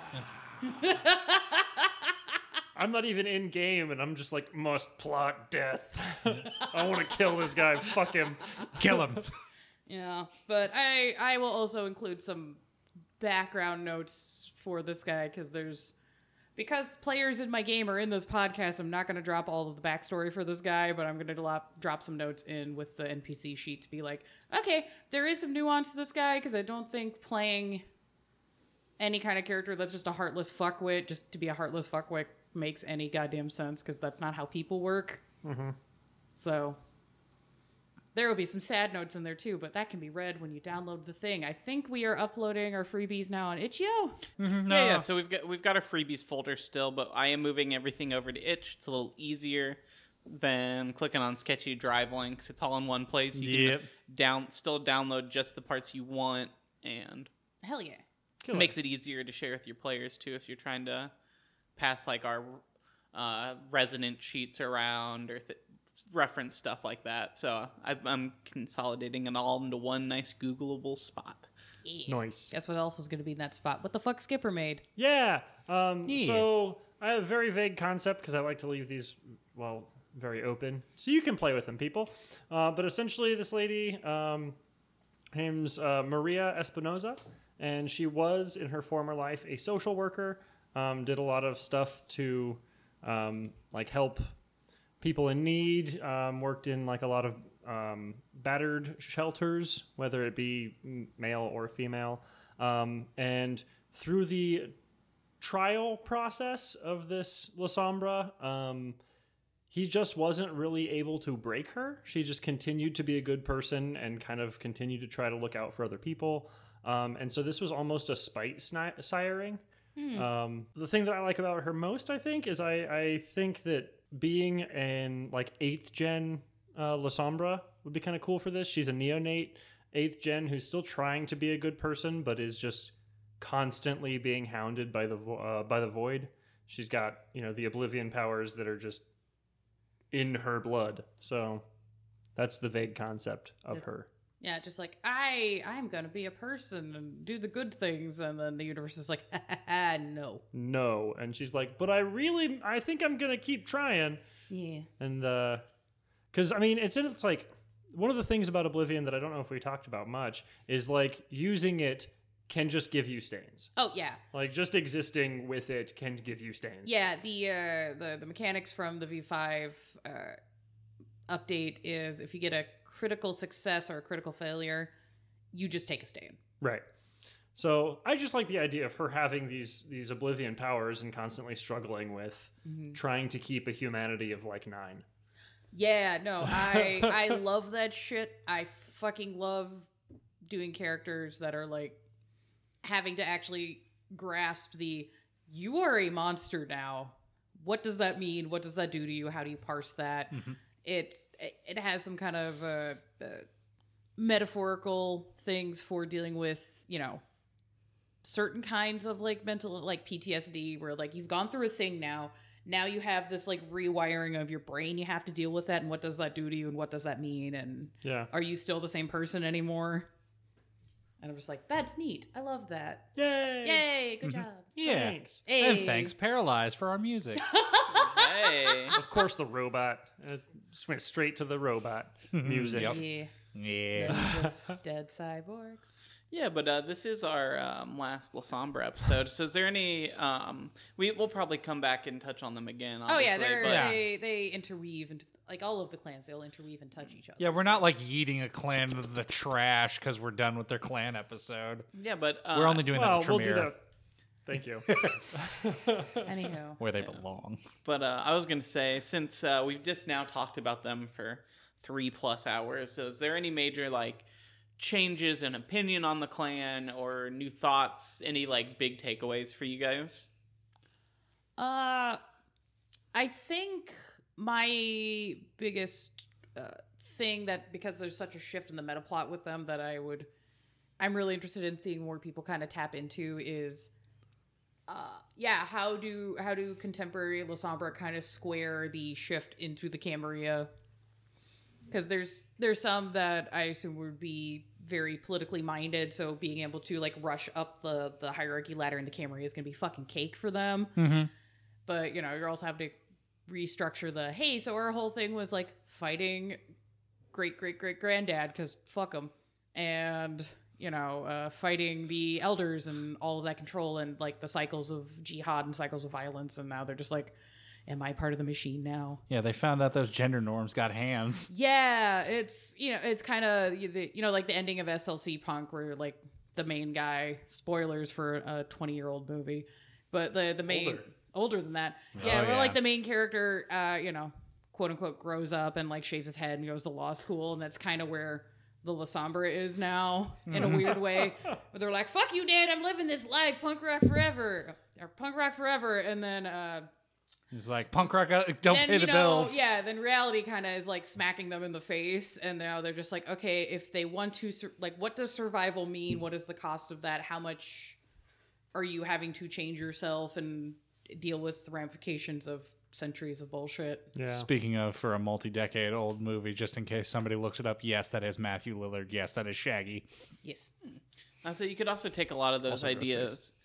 [SPEAKER 1] I'm not even in game, and I'm just like, must plot death. I want to kill this guy. Fuck him.
[SPEAKER 4] Kill him.
[SPEAKER 2] Yeah, but I I will also include some background notes for this guy because there's because players in my game are in this podcast. I'm not going to drop all of the backstory for this guy, but I'm going to drop drop some notes in with the NPC sheet to be like, okay, there is some nuance to this guy because I don't think playing any kind of character that's just a heartless fuckwit just to be a heartless fuckwit makes any goddamn sense because that's not how people work. So there will be some sad notes in there too, but that can be read when you download the thing. I think we are uploading our freebies now on itch.io.
[SPEAKER 3] Yeah, yeah. So we've got we've got a freebies folder still, but I am moving everything over to itch. It's a little easier than clicking on sketchy drive links. It's all in one place. You
[SPEAKER 4] Yep.
[SPEAKER 3] can down still download just the parts you want and
[SPEAKER 2] Hell yeah.
[SPEAKER 1] Kill
[SPEAKER 3] it
[SPEAKER 1] him.
[SPEAKER 3] makes it easier to share with your players too if you're trying to pass like our uh, resident sheets around or th- reference stuff like that. So I, I'm consolidating it all into one nice Googleable spot.
[SPEAKER 1] Nice.
[SPEAKER 2] Guess what else is going to be in that spot? What the fuck Skipper made?
[SPEAKER 1] Yeah. Um,
[SPEAKER 4] Yeah.
[SPEAKER 1] So I have a very vague concept because I like to leave these, well, very open. So you can play with them, people. Uh, but essentially, this lady, um, her name's uh, Maria Espinoza, and she was in her former life a social worker, um, did a lot of stuff to um, like help people in need, um, worked in like a lot of um, battered shelters, whether it be m- male or female. Um, and through the trial process of this La Sombra, um, he just wasn't really able to break her. She just continued to be a good person and kind of continued to try to look out for other people. Um, and so this was almost a spite sni- siring. Um, the thing that I like about her most, I think, is I, I think that being an like eighth gen uh, La Sombra would be kind of cool for this. She's a neonate eighth gen who's still trying to be a good person, but is just constantly being hounded by the vo- uh, by the void. She's got you know the oblivion powers that are just in her blood. So that's the vague concept of
[SPEAKER 2] Yes.
[SPEAKER 1] her.
[SPEAKER 2] Yeah, just like I, I'm gonna be a person and do the good things, and then the universe is like, ha, ha, ha, no.
[SPEAKER 1] No, and she's like, but I really, I think I'm gonna keep trying.
[SPEAKER 2] Yeah.
[SPEAKER 1] and uh because i mean it's in it's like one of the things about oblivion that i don't know if we talked about much is like using it can just give you stains
[SPEAKER 2] Oh yeah,
[SPEAKER 1] like just existing with it can give you stains
[SPEAKER 2] yeah. The uh, the the mechanics from the V5 uh, update is if you get a critical success or a critical failure, you just take a stand.
[SPEAKER 1] right so i just like the idea of her having these these oblivion powers and constantly struggling with trying to keep a humanity of like nine
[SPEAKER 2] Yeah, no, I I love that shit. I fucking love doing characters that are like having to actually grasp the you are a monster now. What does that mean? What does that do to you? How do you parse that? It's it- it has some kind of uh, uh, metaphorical things for dealing with you know certain kinds of like mental like PTSD where like you've gone through a thing now now you have this like rewiring of your brain you have to deal with that and what does that do to you and what does that mean and
[SPEAKER 1] yeah
[SPEAKER 2] are you still the same person anymore and i'm just like that's neat i love that
[SPEAKER 1] yay
[SPEAKER 2] yay good job
[SPEAKER 4] Yeah.
[SPEAKER 1] thanks
[SPEAKER 2] Hey.
[SPEAKER 4] And thanks, Paralyzed, for our music.
[SPEAKER 3] hey.
[SPEAKER 1] of course the robot uh, just went straight to the robot music
[SPEAKER 4] Mm-hmm. Yep.
[SPEAKER 2] yeah
[SPEAKER 4] yeah.
[SPEAKER 2] Legends of dead cyborgs
[SPEAKER 3] Yeah, but uh, this is our um, last La Sombra episode. So, is there any? Um, we we will probably come back and touch on them again.
[SPEAKER 2] oh
[SPEAKER 3] Obviously,
[SPEAKER 2] yeah, they're,
[SPEAKER 3] but
[SPEAKER 2] they they interweave and like all of the clans they'll interweave and touch each other
[SPEAKER 4] Yeah, we're not like yeeting a clan to the trash because we're done with their clan episode.
[SPEAKER 3] yeah, but uh,
[SPEAKER 4] We're only doing
[SPEAKER 1] well
[SPEAKER 4] that
[SPEAKER 1] we'll
[SPEAKER 4] with
[SPEAKER 1] do
[SPEAKER 4] Tremere,
[SPEAKER 1] that thank you
[SPEAKER 2] anywho
[SPEAKER 4] where they belong.
[SPEAKER 3] But uh, I was going to say, since uh, we've just now talked about them for three plus hours, so is there any major like changes in opinion on the clan or new thoughts? Any like big takeaways for you guys?
[SPEAKER 2] Uh, I think my biggest uh, thing that because there's such a shift in the meta plot with them that I would, I'm really interested in seeing more people kind of tap into is, uh, yeah, how do how do contemporary La Sombra kind of square the shift into the Camarilla? Because there's there's some that I assume would be very politically minded, so being able to like rush up the the hierarchy ladder in the Camarilla is gonna be fucking cake for them but you know you're also having to restructure the hey so our whole thing was like fighting great great great granddad because fuck him and you know uh, fighting the elders and all of that control and like the cycles of jihad and cycles of violence and now they're just like am i part of the machine now
[SPEAKER 4] Yeah, they found out those gender norms got hands.
[SPEAKER 2] yeah, it's you know it's kind of you know like the ending of SLC Punk where like the main guy spoilers for a twenty year old movie, but the the main older,
[SPEAKER 1] Older.
[SPEAKER 2] than that. Yeah, where
[SPEAKER 4] yeah.
[SPEAKER 2] like the main character, uh, you know, quote unquote grows up and like shaves his head and goes to law school, and that's kind of where the La Sombra is now in a weird way. Where they're like, "Fuck you, Dad! I'm living this life, punk rock forever, or punk rock forever," and then. uh
[SPEAKER 4] It's like punk rock, uh, don't
[SPEAKER 2] then
[SPEAKER 4] pay
[SPEAKER 2] you
[SPEAKER 4] the
[SPEAKER 2] know,
[SPEAKER 4] bills.
[SPEAKER 2] yeah. Then reality kind of is like smacking them in the face, and now they're just like, okay, if they want to, sur- like, what does survival mean? What is the cost of that? How much are you having to change yourself and deal with the ramifications of centuries of bullshit?
[SPEAKER 1] yeah
[SPEAKER 4] Speaking of, for a multi-decade old movie, just in case somebody looks it up, yes, that is Matthew Lillard. Yes, that is Shaggy.
[SPEAKER 2] Yes.
[SPEAKER 3] Uh, so you could also take a lot of those
[SPEAKER 4] Also Ghostface.
[SPEAKER 3] ideas,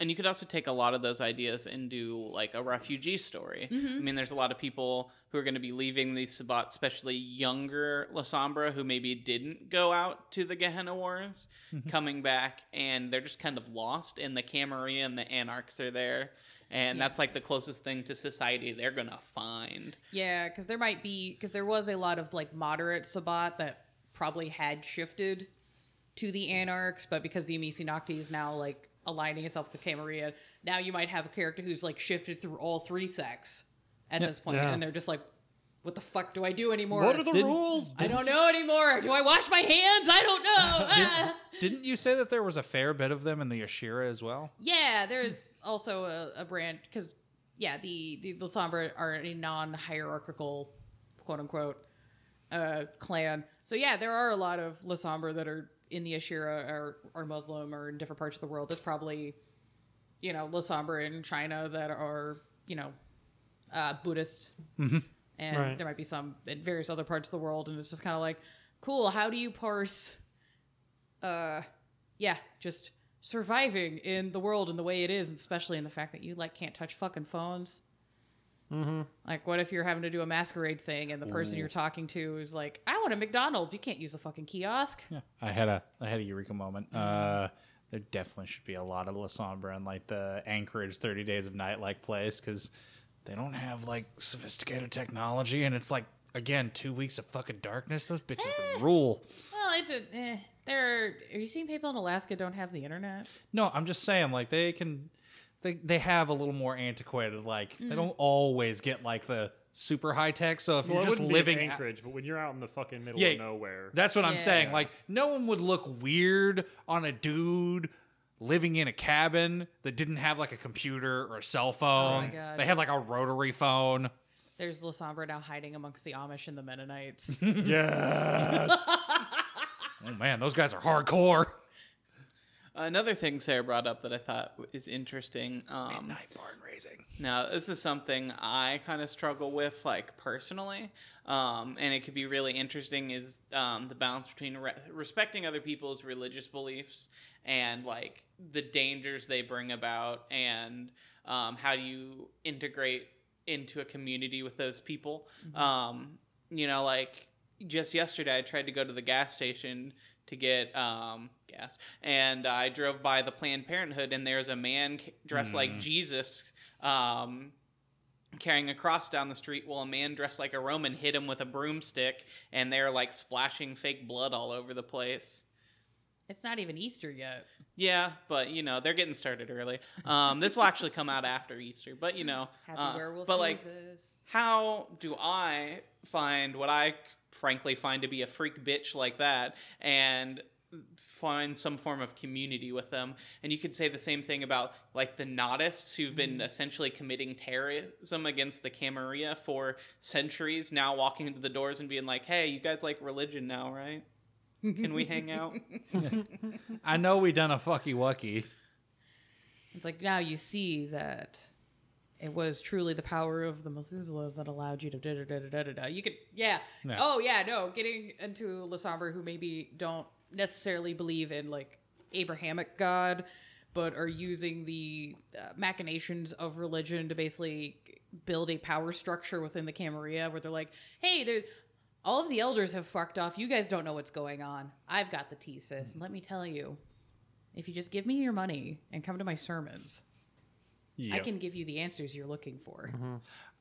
[SPEAKER 3] and you could also take a lot of those ideas and do like a refugee story. I mean, there's a lot of people who are going to be leaving these spots, especially younger La Sombra who maybe didn't go out to the Gehenna Wars, coming back, and they're just kind of lost. And the Camarilla and the Anarchs are there, and that's like the closest thing to society they're going to find.
[SPEAKER 2] Yeah, because there might be because there was a lot of like moderate Sabbat that probably had shifted to the Anarchs, but because the Amici Nocti is now like aligning itself with the Camarilla, now you might have a character who's like shifted through all three sects at this point,
[SPEAKER 1] Yeah.
[SPEAKER 2] and they're just like, "What the fuck do I do anymore?
[SPEAKER 1] what are the
[SPEAKER 4] Didn't-
[SPEAKER 1] rules
[SPEAKER 2] I don't know anymore. Do I wash my hands? I don't know." Ah.
[SPEAKER 4] Didn't you say that there was a fair bit of them in the Ashira as well?
[SPEAKER 2] Yeah, there's also a, a brand because yeah, the the, the Sombra are a non-hierarchical, quote unquote, uh, clan. So yeah, there are a lot of La Sombra that are in the Ashira or are Muslim or in different parts of the world. There's probably, you know, La Sombra in China that are you know, uh, Buddhist, and
[SPEAKER 1] Right.
[SPEAKER 2] there might be some in various other parts of the world. And it's just kind of like, cool. How do you parse? Uh, yeah, just surviving in the world and the way it is, and especially in the fact that you like can't touch fucking phones. Mm-hmm. Like, what if you're having to do a masquerade thing and the person you're talking to is like, "I want a McDonald's. You can't use a fucking kiosk."
[SPEAKER 4] Yeah. I had a I had a eureka moment. Uh, there definitely should be a lot of La Sombra in like the Anchorage Thirty Days of Night like place because they don't have like sophisticated technology and it's like again two weeks of fucking darkness. Those bitches would rule.
[SPEAKER 2] Well, it did. Eh, there are you seeing people in Alaska don't have the internet?
[SPEAKER 4] No, I'm just saying like they can they they have a little more antiquated like they don't always get like the super high tech. So if
[SPEAKER 1] Well, it
[SPEAKER 4] you're just
[SPEAKER 1] wouldn't be in
[SPEAKER 4] living out-
[SPEAKER 1] Anchorage, but when you're out in the fucking middle
[SPEAKER 4] Yeah.
[SPEAKER 1] of nowhere,
[SPEAKER 4] That's what I'm
[SPEAKER 2] Yeah.
[SPEAKER 4] saying. Like, no one would look weird on a dude living in a cabin that didn't have like a computer or a cell phone.
[SPEAKER 2] Oh God,
[SPEAKER 4] they had like a
[SPEAKER 2] yes.
[SPEAKER 4] rotary phone.
[SPEAKER 2] There's La Sombra now hiding amongst the Amish and the Mennonites.
[SPEAKER 1] yes,
[SPEAKER 4] Oh man, those guys are hardcore.
[SPEAKER 3] Another thing Sarah brought up that I thought w- is interesting. Um,
[SPEAKER 4] Night barn raising.
[SPEAKER 3] now, this is something I kind of struggle with, like personally, um, and it could be really interesting. Is um, the balance between re- respecting other people's religious beliefs and like the dangers they bring about, and um, how do you integrate into a community with those people? Um, you know, like just yesterday, I tried to go to the gas station to get um, gas, and I drove by the Planned Parenthood, and there's a man ca- dressed like Jesus um, carrying a cross down the street, while a man dressed like a Roman hit him with a broomstick, and they're like splashing fake blood all over the place.
[SPEAKER 2] it's not even Easter yet.
[SPEAKER 3] Yeah, but you know they're getting started early. Um, this will actually come out after Easter, but you know,
[SPEAKER 2] Happy
[SPEAKER 3] uh,
[SPEAKER 2] werewolf
[SPEAKER 3] but like
[SPEAKER 2] Jesus.
[SPEAKER 3] how do I find what I frankly find to be a freak bitch like that and find some form of community with them? And you could say the same thing about like the Nodists who've been essentially committing terrorism against the Camarilla for centuries, now walking into the doors and being like, hey, you guys like religion now, right? Can we hang out?
[SPEAKER 4] I know we done a fucky wucky.
[SPEAKER 2] It's like now you see that it was truly the power of the Methuselahs that allowed you to da da da da da da. You could, yeah.
[SPEAKER 4] Yeah.
[SPEAKER 2] Oh, yeah, no. Getting into La Sombra who maybe don't necessarily believe in like Abrahamic God, but are using the uh, machinations of religion to basically build a power structure within the Camarilla where they're like, hey, there. All of the elders have fucked off. You guys don't know what's going on. I've got the thesis. And let me tell you, if you just give me your money and come to my sermons,
[SPEAKER 4] Yeah.
[SPEAKER 2] I can give you the answers you're looking for.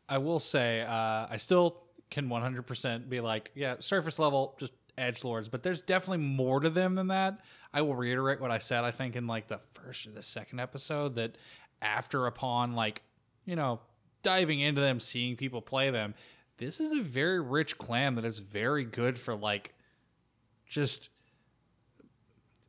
[SPEAKER 4] I will say, uh, I still can 100% be like, yeah, surface level, just edge lords, but there's definitely more to them than that. I will reiterate what I said, I think, in like the first or the second episode that after upon, like, you know, diving into them, seeing people play them, this is a very rich clan that is very good for like just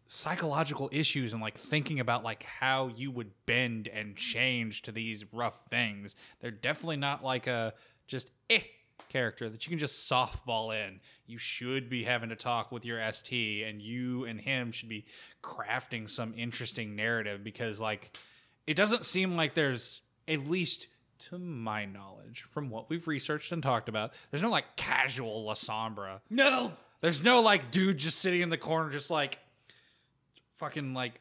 [SPEAKER 4] psychological issues and like thinking about like how you would bend and change to these rough things. They're definitely not like a just eh character that you can just softball in. You should be having to talk with your ST and you and him should be crafting some interesting narrative because like it doesn't seem like there's at least to my knowledge from what we've researched and talked about there's no like casual la sombra
[SPEAKER 2] No,
[SPEAKER 4] there's no like dude just sitting in the corner, just like fucking like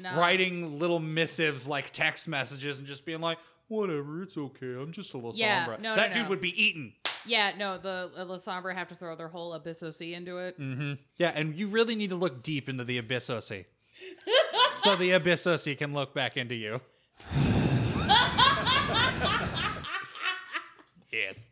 [SPEAKER 2] no.
[SPEAKER 4] writing little missives, like text messages, and just being like, whatever, it's okay. I'm just a little
[SPEAKER 2] Yeah,
[SPEAKER 4] sombra.
[SPEAKER 2] no, no,
[SPEAKER 4] that
[SPEAKER 2] no.
[SPEAKER 4] dude would be eaten.
[SPEAKER 2] Yeah, no. The La Sombra have to throw their whole Abyss OC into it.
[SPEAKER 1] Mm.
[SPEAKER 4] Mm-hmm. Yeah, and you really need to look deep into the abyss OC. so the abyss OC can look back into you. yes.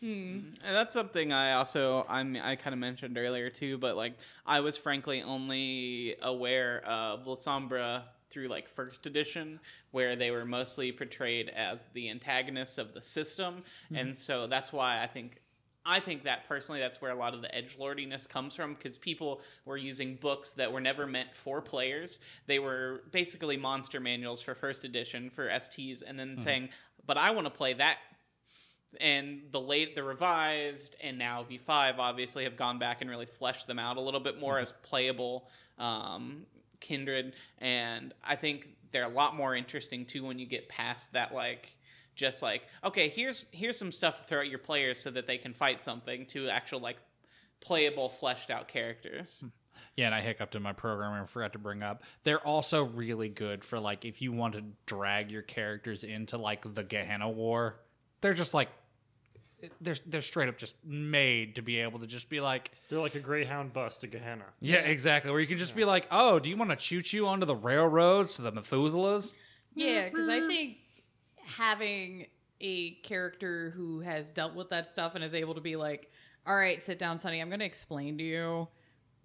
[SPEAKER 3] And that's something I also I'm I kind of mentioned earlier too, but like I was frankly only aware of La Sombra through like first edition, where they were mostly portrayed as the antagonists of the system, and so that's why I think I think that personally, that's where a lot of the edge lordiness comes from because people were using books that were never meant for players. They were basically monster manuals for first edition for STs, and then saying, "But I want to play that." And the late, the revised, and now V five obviously have gone back and really fleshed them out a little bit more as playable um, kindred, and I think they're a lot more interesting too when you get past that like just like okay here's here's some stuff to throw at your players so that they can fight something to actual like playable fleshed out characters
[SPEAKER 4] Yeah, and I hiccuped in my programming and forgot to bring up. They're also really good for like if you want to drag your characters into like the Gehenna War. They're just like they're they're straight up just made to be able to just be like
[SPEAKER 1] They're like a Greyhound bus to Gehenna.
[SPEAKER 4] yeah exactly where you can just be like oh do you want to choo choo onto the railroads to the Methuselahs
[SPEAKER 2] Yeah, because I think having a character who has dealt with that stuff and is able to be like, all right, sit down, Sonny, I'm going to explain to you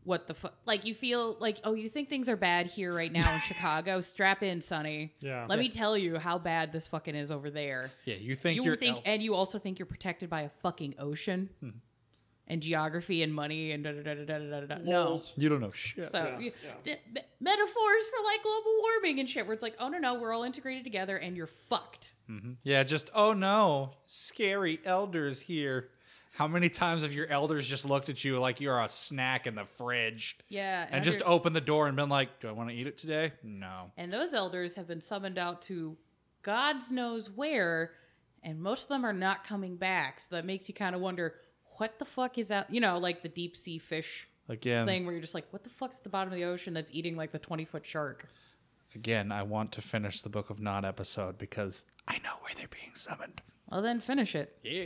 [SPEAKER 2] what the fuck. Like, you feel like, oh, you think things are bad here right now in Chicago? Strap in, Sonny.
[SPEAKER 1] Yeah.
[SPEAKER 2] Let me tell you how bad this fucking is over there.
[SPEAKER 4] yeah you think
[SPEAKER 2] You
[SPEAKER 4] you're
[SPEAKER 2] think,
[SPEAKER 4] el-
[SPEAKER 2] and you also think you're protected by a fucking ocean
[SPEAKER 4] Hmm.
[SPEAKER 2] and geography and money and da da da da da da da. da. No.
[SPEAKER 1] Lulz.
[SPEAKER 4] you don't know shit
[SPEAKER 2] So
[SPEAKER 1] Yeah,
[SPEAKER 2] you- d- me- metaphors for like global warming and shit, where it's like, oh no no, we're all integrated together and you're fucked.
[SPEAKER 4] Hmm. yeah just oh no scary elders here how many times have your elders just looked at you like you're a snack in the fridge
[SPEAKER 2] Yeah,
[SPEAKER 4] and just
[SPEAKER 2] under-
[SPEAKER 4] opened the door and been like, "Do I want to eat it today?" No.
[SPEAKER 2] and those elders have been summoned out to God's knows where, and most of them are not coming back. So that makes you kind of wonder what the fuck is out. You know, like the deep sea fish
[SPEAKER 4] Again,
[SPEAKER 2] thing, where you're just like, what the fuck's at the bottom of the ocean that's eating like the twenty foot shark?
[SPEAKER 4] again, I want to finish the Book of Nod episode because I know where they're being summoned.
[SPEAKER 2] Well, then finish it.
[SPEAKER 4] Yeah.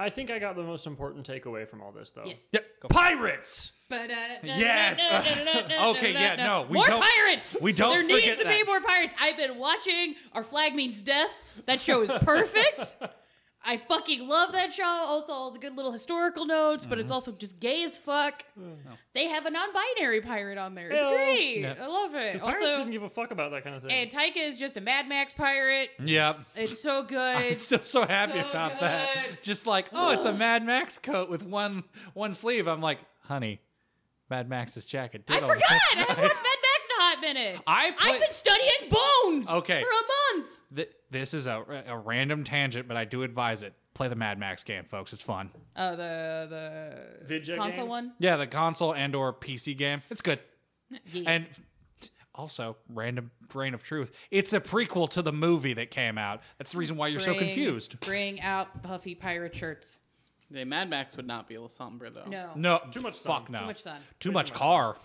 [SPEAKER 1] I think I got the most important takeaway from all this, though.
[SPEAKER 2] Yes.
[SPEAKER 4] Yep. Pirates. Yes. Okay, yeah, no, we
[SPEAKER 2] more
[SPEAKER 4] don't-
[SPEAKER 2] pirates.
[SPEAKER 4] we don't
[SPEAKER 2] There needs
[SPEAKER 4] forget
[SPEAKER 2] to be
[SPEAKER 4] that.
[SPEAKER 2] more pirates. I've been watching Our Flag Means Death. That show is perfect. I fucking love that show. Also, all the good little historical notes, but
[SPEAKER 4] Mm-hmm.
[SPEAKER 2] it's also just gay as fuck. They have a non-binary pirate on there. It's
[SPEAKER 1] Ew.
[SPEAKER 2] great.
[SPEAKER 4] Yeah.
[SPEAKER 2] I love it.
[SPEAKER 1] Because pirates
[SPEAKER 2] Also,
[SPEAKER 1] didn't give a fuck about that kind of thing.
[SPEAKER 2] and Taika is just a Mad Max pirate.
[SPEAKER 4] Yep.
[SPEAKER 2] It's so
[SPEAKER 4] I'm
[SPEAKER 2] good.
[SPEAKER 4] Mm. still so happy
[SPEAKER 2] so
[SPEAKER 4] about that.
[SPEAKER 2] good.
[SPEAKER 4] Just like, oh, it's a Mad Max coat with one one sleeve. I'm like, honey, Mad Max's jacket. Did
[SPEAKER 2] I
[SPEAKER 4] all
[SPEAKER 2] forgot. I
[SPEAKER 4] that."
[SPEAKER 2] haven't watched Mad Max in a hot minute.
[SPEAKER 4] I play-
[SPEAKER 2] I've been studying bones.
[SPEAKER 4] Okay.
[SPEAKER 2] For a month.
[SPEAKER 4] Th- this is a, a random tangent, but I do advise it. Play the Mad Max game, folks. It's fun.
[SPEAKER 2] Oh, the the
[SPEAKER 1] Vidya
[SPEAKER 2] console
[SPEAKER 1] game?
[SPEAKER 2] one.
[SPEAKER 4] Yeah, the console and or PC game. It's good.
[SPEAKER 2] Yes.
[SPEAKER 4] And also, random grain of truth, it's a prequel to the movie that came out. That's the reason why you're so
[SPEAKER 2] Bring-
[SPEAKER 4] confused.
[SPEAKER 2] Bring out puffy pirate shirts.
[SPEAKER 3] the mad max would not be a sombra though
[SPEAKER 2] No,
[SPEAKER 4] No,
[SPEAKER 1] Too much
[SPEAKER 4] fuck
[SPEAKER 1] sun.
[SPEAKER 4] no.
[SPEAKER 2] Too much sun.
[SPEAKER 4] Too much car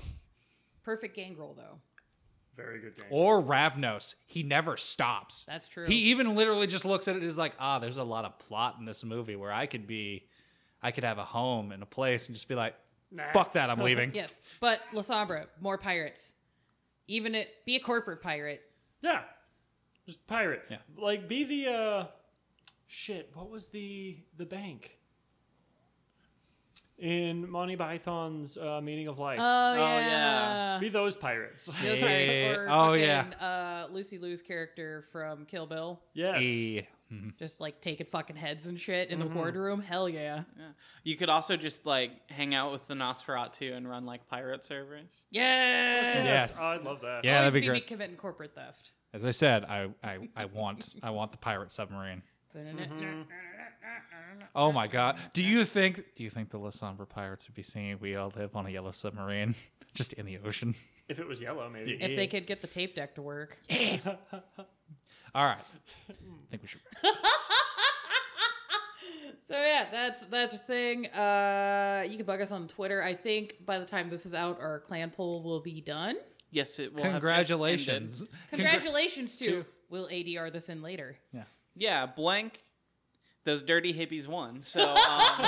[SPEAKER 2] Perfect gangrel though.
[SPEAKER 1] Very good game.
[SPEAKER 4] or Ravnos. He never stops.
[SPEAKER 2] That's true.
[SPEAKER 4] He even literally just looks at it as like, ah, there's a lot of plot in this movie where I could be, I could have a home and a place and just be like,
[SPEAKER 1] Nah.
[SPEAKER 4] fuck that, I'm leaving.
[SPEAKER 2] Yes, but La Sombra, more pirates. Even it, be a corporate pirate.
[SPEAKER 1] Yeah. Just pirate.
[SPEAKER 4] Yeah.
[SPEAKER 1] Like be the uh shit, what was the the bank? In Monty Python's uh, Meaning of Life.
[SPEAKER 2] Oh,
[SPEAKER 3] yeah.
[SPEAKER 2] yeah.
[SPEAKER 1] be those pirates.
[SPEAKER 2] Those
[SPEAKER 4] Yeah.
[SPEAKER 2] pirates or
[SPEAKER 4] Oh,
[SPEAKER 2] fucking,
[SPEAKER 4] yeah.
[SPEAKER 2] uh, Lucy Liu's character from Kill Bill,
[SPEAKER 1] yes.
[SPEAKER 4] Eh.
[SPEAKER 2] just like taking fucking heads and shit
[SPEAKER 4] Mm-hmm.
[SPEAKER 2] in the boardroom. Hell yeah,
[SPEAKER 3] Yeah. you could also just like hang out with the nosferatu and run like pirate servers
[SPEAKER 2] yeah.
[SPEAKER 4] Yes.
[SPEAKER 1] Oh, I'd love that.
[SPEAKER 4] Yeah, that'd be great.
[SPEAKER 2] committing corporate theft.
[SPEAKER 4] As I said, I, I, I want I want the pirate submarine.
[SPEAKER 2] Mm-hmm.
[SPEAKER 4] Oh my god. Do you think do you think the Lissombra pirates would be singing We All Live on a Yellow Submarine? Just in the ocean.
[SPEAKER 1] If it was yellow, maybe.
[SPEAKER 2] If they could get the tape deck to work.
[SPEAKER 4] Alright. I think we should
[SPEAKER 2] So yeah, that's that's a thing. Uh, you can bug us on Twitter. I think by the time this is out, our clan poll will be done.
[SPEAKER 3] yes it will have just
[SPEAKER 4] Congratulations.
[SPEAKER 3] ended.
[SPEAKER 2] Congratulations to
[SPEAKER 4] to-
[SPEAKER 2] we'll ADR this in later.
[SPEAKER 3] yeah blank those dirty hippies won so um,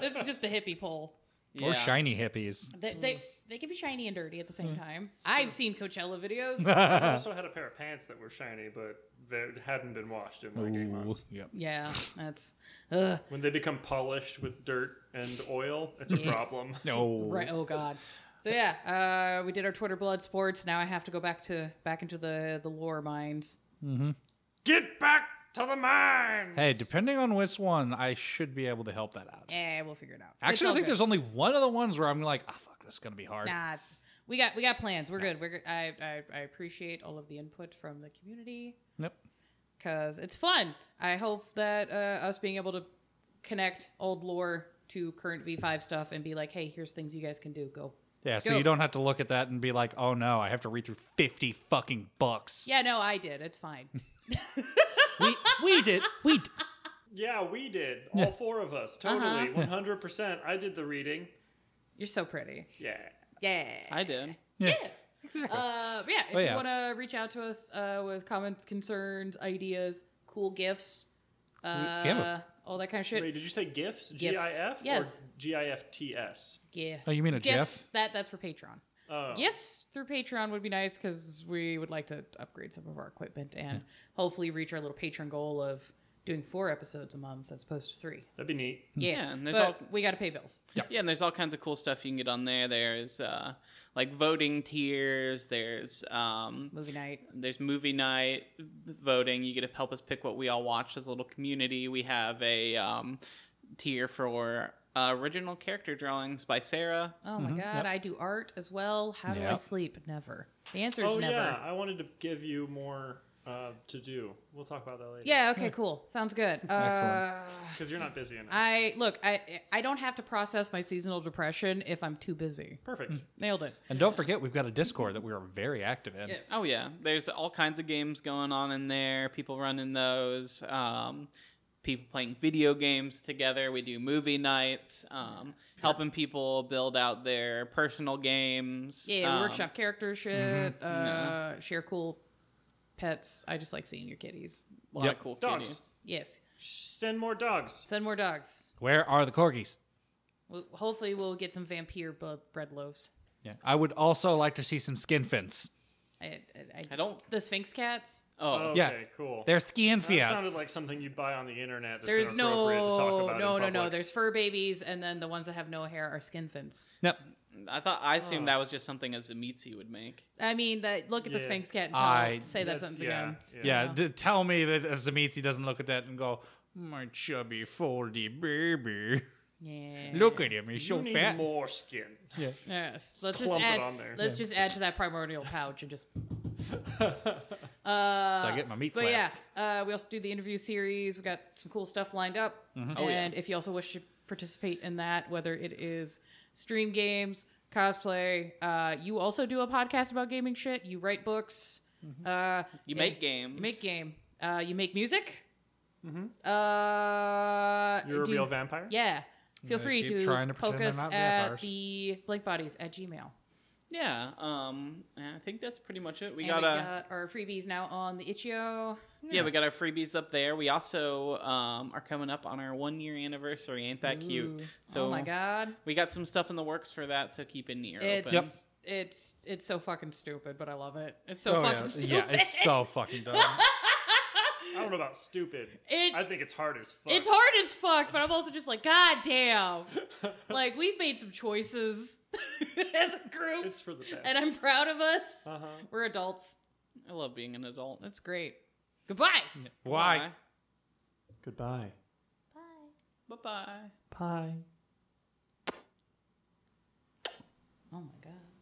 [SPEAKER 2] This is just a hippie poll.
[SPEAKER 4] Or
[SPEAKER 3] yeah.
[SPEAKER 4] shiny hippies.
[SPEAKER 2] They, they they can be shiny and dirty at the
[SPEAKER 4] Hmm.
[SPEAKER 2] same time. I've seen Coachella videos.
[SPEAKER 1] I've also had a pair of pants that were shiny, but they hadn't been washed in like eight
[SPEAKER 4] Ooh,
[SPEAKER 1] months.
[SPEAKER 4] yep.
[SPEAKER 2] yeah, that's ugh,
[SPEAKER 1] When they become polished with dirt and oil, it's a
[SPEAKER 2] Yes.
[SPEAKER 1] problem.
[SPEAKER 4] No.
[SPEAKER 2] right. Oh god. So yeah, uh, we did our Twitter blood sports. Now I have to go back to back into the the lore mines.
[SPEAKER 1] Get back to the mine.
[SPEAKER 4] Hey, depending on which one, I should be able to help that out.
[SPEAKER 2] Eh, we'll figure it out. It's
[SPEAKER 4] Actually, I
[SPEAKER 2] all
[SPEAKER 4] think
[SPEAKER 2] good.
[SPEAKER 4] there's only one of the ones where I'm like, oh, fuck, this is going to be hard.
[SPEAKER 2] Nah, it's, we got we got plans. We're good. We're good. I, I I appreciate all of the input from the community
[SPEAKER 4] Nope.
[SPEAKER 2] because it's fun. I hope that uh, us being able to connect old lore to current V5 stuff and be like, hey, here's things you guys can do. Go.
[SPEAKER 4] Yeah, so
[SPEAKER 2] Go.
[SPEAKER 4] you don't have to look at that and be like, oh no, I have to read through 50 fucking books.
[SPEAKER 2] Yeah, no, I did. It's fine.
[SPEAKER 4] we, we did. We d-
[SPEAKER 1] Yeah, we did. All four of us. Totally. 100%. I did the reading.
[SPEAKER 2] You're so pretty.
[SPEAKER 1] Yeah.
[SPEAKER 2] Yeah.
[SPEAKER 3] I did.
[SPEAKER 4] Yeah.
[SPEAKER 2] Uh, yeah, if
[SPEAKER 4] Oh, yeah.
[SPEAKER 2] you want to reach out to us uh, with comments, concerns, ideas, cool gifts, uh,
[SPEAKER 4] yeah.
[SPEAKER 2] all that kind of shit.
[SPEAKER 1] Wait, did you say GIFs? G-I-F?
[SPEAKER 2] Yes.
[SPEAKER 1] Or G-I-F-T-S?
[SPEAKER 2] Yeah.
[SPEAKER 4] Oh, you mean a GIF?
[SPEAKER 2] gifts? That that's for Patreon.
[SPEAKER 1] Oh.
[SPEAKER 2] Gifts through Patreon would be nice because we would like to upgrade some of our equipment and hopefully reach our little patron goal of doing four episodes a month as opposed to three.
[SPEAKER 1] That'd be neat.
[SPEAKER 4] Hmm.
[SPEAKER 2] Yeah,
[SPEAKER 3] Yeah, and there's
[SPEAKER 2] but
[SPEAKER 3] all-
[SPEAKER 2] we got to pay bills.
[SPEAKER 3] Yeah, and there's all kinds of cool stuff you can get on there. There's uh, like voting tiers. There's um,
[SPEAKER 2] Movie night.
[SPEAKER 3] there's movie night voting. You get to help us pick what we all watch as a little community. We have a um, tier for uh, original character drawings by Sarah.
[SPEAKER 2] Oh my god, I do art as well. How do I
[SPEAKER 4] Mm-hmm. Yep.
[SPEAKER 2] sleep? Never. The answer is
[SPEAKER 1] Oh,
[SPEAKER 2] never.
[SPEAKER 1] yeah. I wanted to give you more uh, to do. We'll talk about that later.
[SPEAKER 2] Yeah, okay, cool. Sounds good. Uh,
[SPEAKER 1] Because you're not busy enough.
[SPEAKER 2] I look, I I don't have to process my seasonal depression if I'm too busy.
[SPEAKER 1] Perfect.
[SPEAKER 2] Nailed it.
[SPEAKER 4] And don't forget, we've got a Discord that we are very active in.
[SPEAKER 2] Yes.
[SPEAKER 3] Oh yeah, there's all kinds of games going on in there. People running those. Um, people playing video games together. We do movie nights. Um, helping people build out their personal games.
[SPEAKER 2] Yeah,
[SPEAKER 3] um,
[SPEAKER 2] workshop character shit.
[SPEAKER 1] mm-hmm.
[SPEAKER 2] Uh, Share cool pets. I just like seeing your kitties.
[SPEAKER 3] A lot
[SPEAKER 4] Yep.
[SPEAKER 3] of cool
[SPEAKER 1] Dogs.
[SPEAKER 3] cuties.
[SPEAKER 2] Yes.
[SPEAKER 1] Send more dogs.
[SPEAKER 2] Send more dogs.
[SPEAKER 4] Where are the corgis?
[SPEAKER 2] Well, hopefully, we'll get some vampire bu- bread loaves.
[SPEAKER 4] Yeah. I would also like to see some skin fins.
[SPEAKER 2] I, I, I,
[SPEAKER 3] I don't.
[SPEAKER 2] the Sphinx cats.
[SPEAKER 3] Oh,
[SPEAKER 1] Okay,
[SPEAKER 4] Yeah.
[SPEAKER 1] cool.
[SPEAKER 4] They're skin
[SPEAKER 1] that
[SPEAKER 4] fins.
[SPEAKER 1] sounded like something you'd buy on the internet. That's
[SPEAKER 2] There's no,
[SPEAKER 1] inappropriate to talk about
[SPEAKER 2] no,
[SPEAKER 1] in
[SPEAKER 2] no, no.
[SPEAKER 1] public.
[SPEAKER 2] There's fur babies, and then the ones that have no hair are skin fins.
[SPEAKER 4] Nope.
[SPEAKER 3] I thought I assumed that was just something a Zamitsu would make.
[SPEAKER 2] I mean, that look at the
[SPEAKER 1] Yeah.
[SPEAKER 2] Sphinx cat and tell,
[SPEAKER 4] I-
[SPEAKER 2] say that
[SPEAKER 1] That's-
[SPEAKER 2] sentence
[SPEAKER 1] yeah,
[SPEAKER 2] again.
[SPEAKER 4] Yeah, d- tell me that Zamitsi doesn't look at that and go, my chubby, foldy baby.
[SPEAKER 2] Yeah.
[SPEAKER 4] Look at him. He's
[SPEAKER 1] You
[SPEAKER 4] so
[SPEAKER 1] need
[SPEAKER 4] fat.
[SPEAKER 1] more skin.
[SPEAKER 2] Yes. Let's just
[SPEAKER 1] clump it
[SPEAKER 2] add.
[SPEAKER 1] on there.
[SPEAKER 2] Let's just add to that primordial pouch and just.
[SPEAKER 4] so I get my meat
[SPEAKER 2] But yeah,
[SPEAKER 4] slaps.
[SPEAKER 2] uh, we also do the interview series. We got some cool stuff lined up,
[SPEAKER 3] Oh, yeah.
[SPEAKER 2] and if you also wish to participate in that, whether it is stream games, cosplay, uh, you also do a podcast about gaming shit. You write books. Uh,
[SPEAKER 3] You
[SPEAKER 2] eh,
[SPEAKER 3] make games.
[SPEAKER 2] You make game. Uh, you make music. Mm-hmm. Uh,
[SPEAKER 1] You're a
[SPEAKER 2] do-
[SPEAKER 1] real vampire?
[SPEAKER 2] Yeah. Feel
[SPEAKER 4] they
[SPEAKER 2] free
[SPEAKER 4] keep
[SPEAKER 2] to,
[SPEAKER 4] trying to
[SPEAKER 2] poke
[SPEAKER 4] pretend
[SPEAKER 2] us
[SPEAKER 4] they're not
[SPEAKER 2] at
[SPEAKER 4] vampires.
[SPEAKER 2] the Blake Bodies at Gmail.
[SPEAKER 3] Yeah. Um. and I think that's pretty much it. We
[SPEAKER 2] And
[SPEAKER 3] got
[SPEAKER 2] we
[SPEAKER 3] a.
[SPEAKER 2] got our freebies now on the itch.io.
[SPEAKER 3] Yeah, we got our freebies up there. We also um, are coming up on our one year anniversary. Ain't that cute?
[SPEAKER 2] Ooh.
[SPEAKER 3] So
[SPEAKER 2] oh my god.
[SPEAKER 3] we got some stuff in the works for that. So keep an ear
[SPEAKER 2] It's
[SPEAKER 3] open.
[SPEAKER 2] it's it's so fucking stupid, but I love it. It's so
[SPEAKER 4] Oh,
[SPEAKER 2] fucking
[SPEAKER 4] yeah.
[SPEAKER 2] stupid.
[SPEAKER 4] yeah, it's so fucking dumb.
[SPEAKER 1] I don't know about stupid.
[SPEAKER 2] It-
[SPEAKER 1] I think it's hard as fuck.
[SPEAKER 2] It's hard as fuck, but I'm also just like, god damn. like we've made some choices as a group,
[SPEAKER 1] It's for the best.
[SPEAKER 2] and I'm proud of us.
[SPEAKER 1] uh-huh.
[SPEAKER 2] We're adults.
[SPEAKER 3] I love being an adult.
[SPEAKER 2] That's great. Goodbye.
[SPEAKER 4] Why?
[SPEAKER 1] Goodbye.
[SPEAKER 3] Bye bye.
[SPEAKER 1] Bye.
[SPEAKER 2] Oh my god.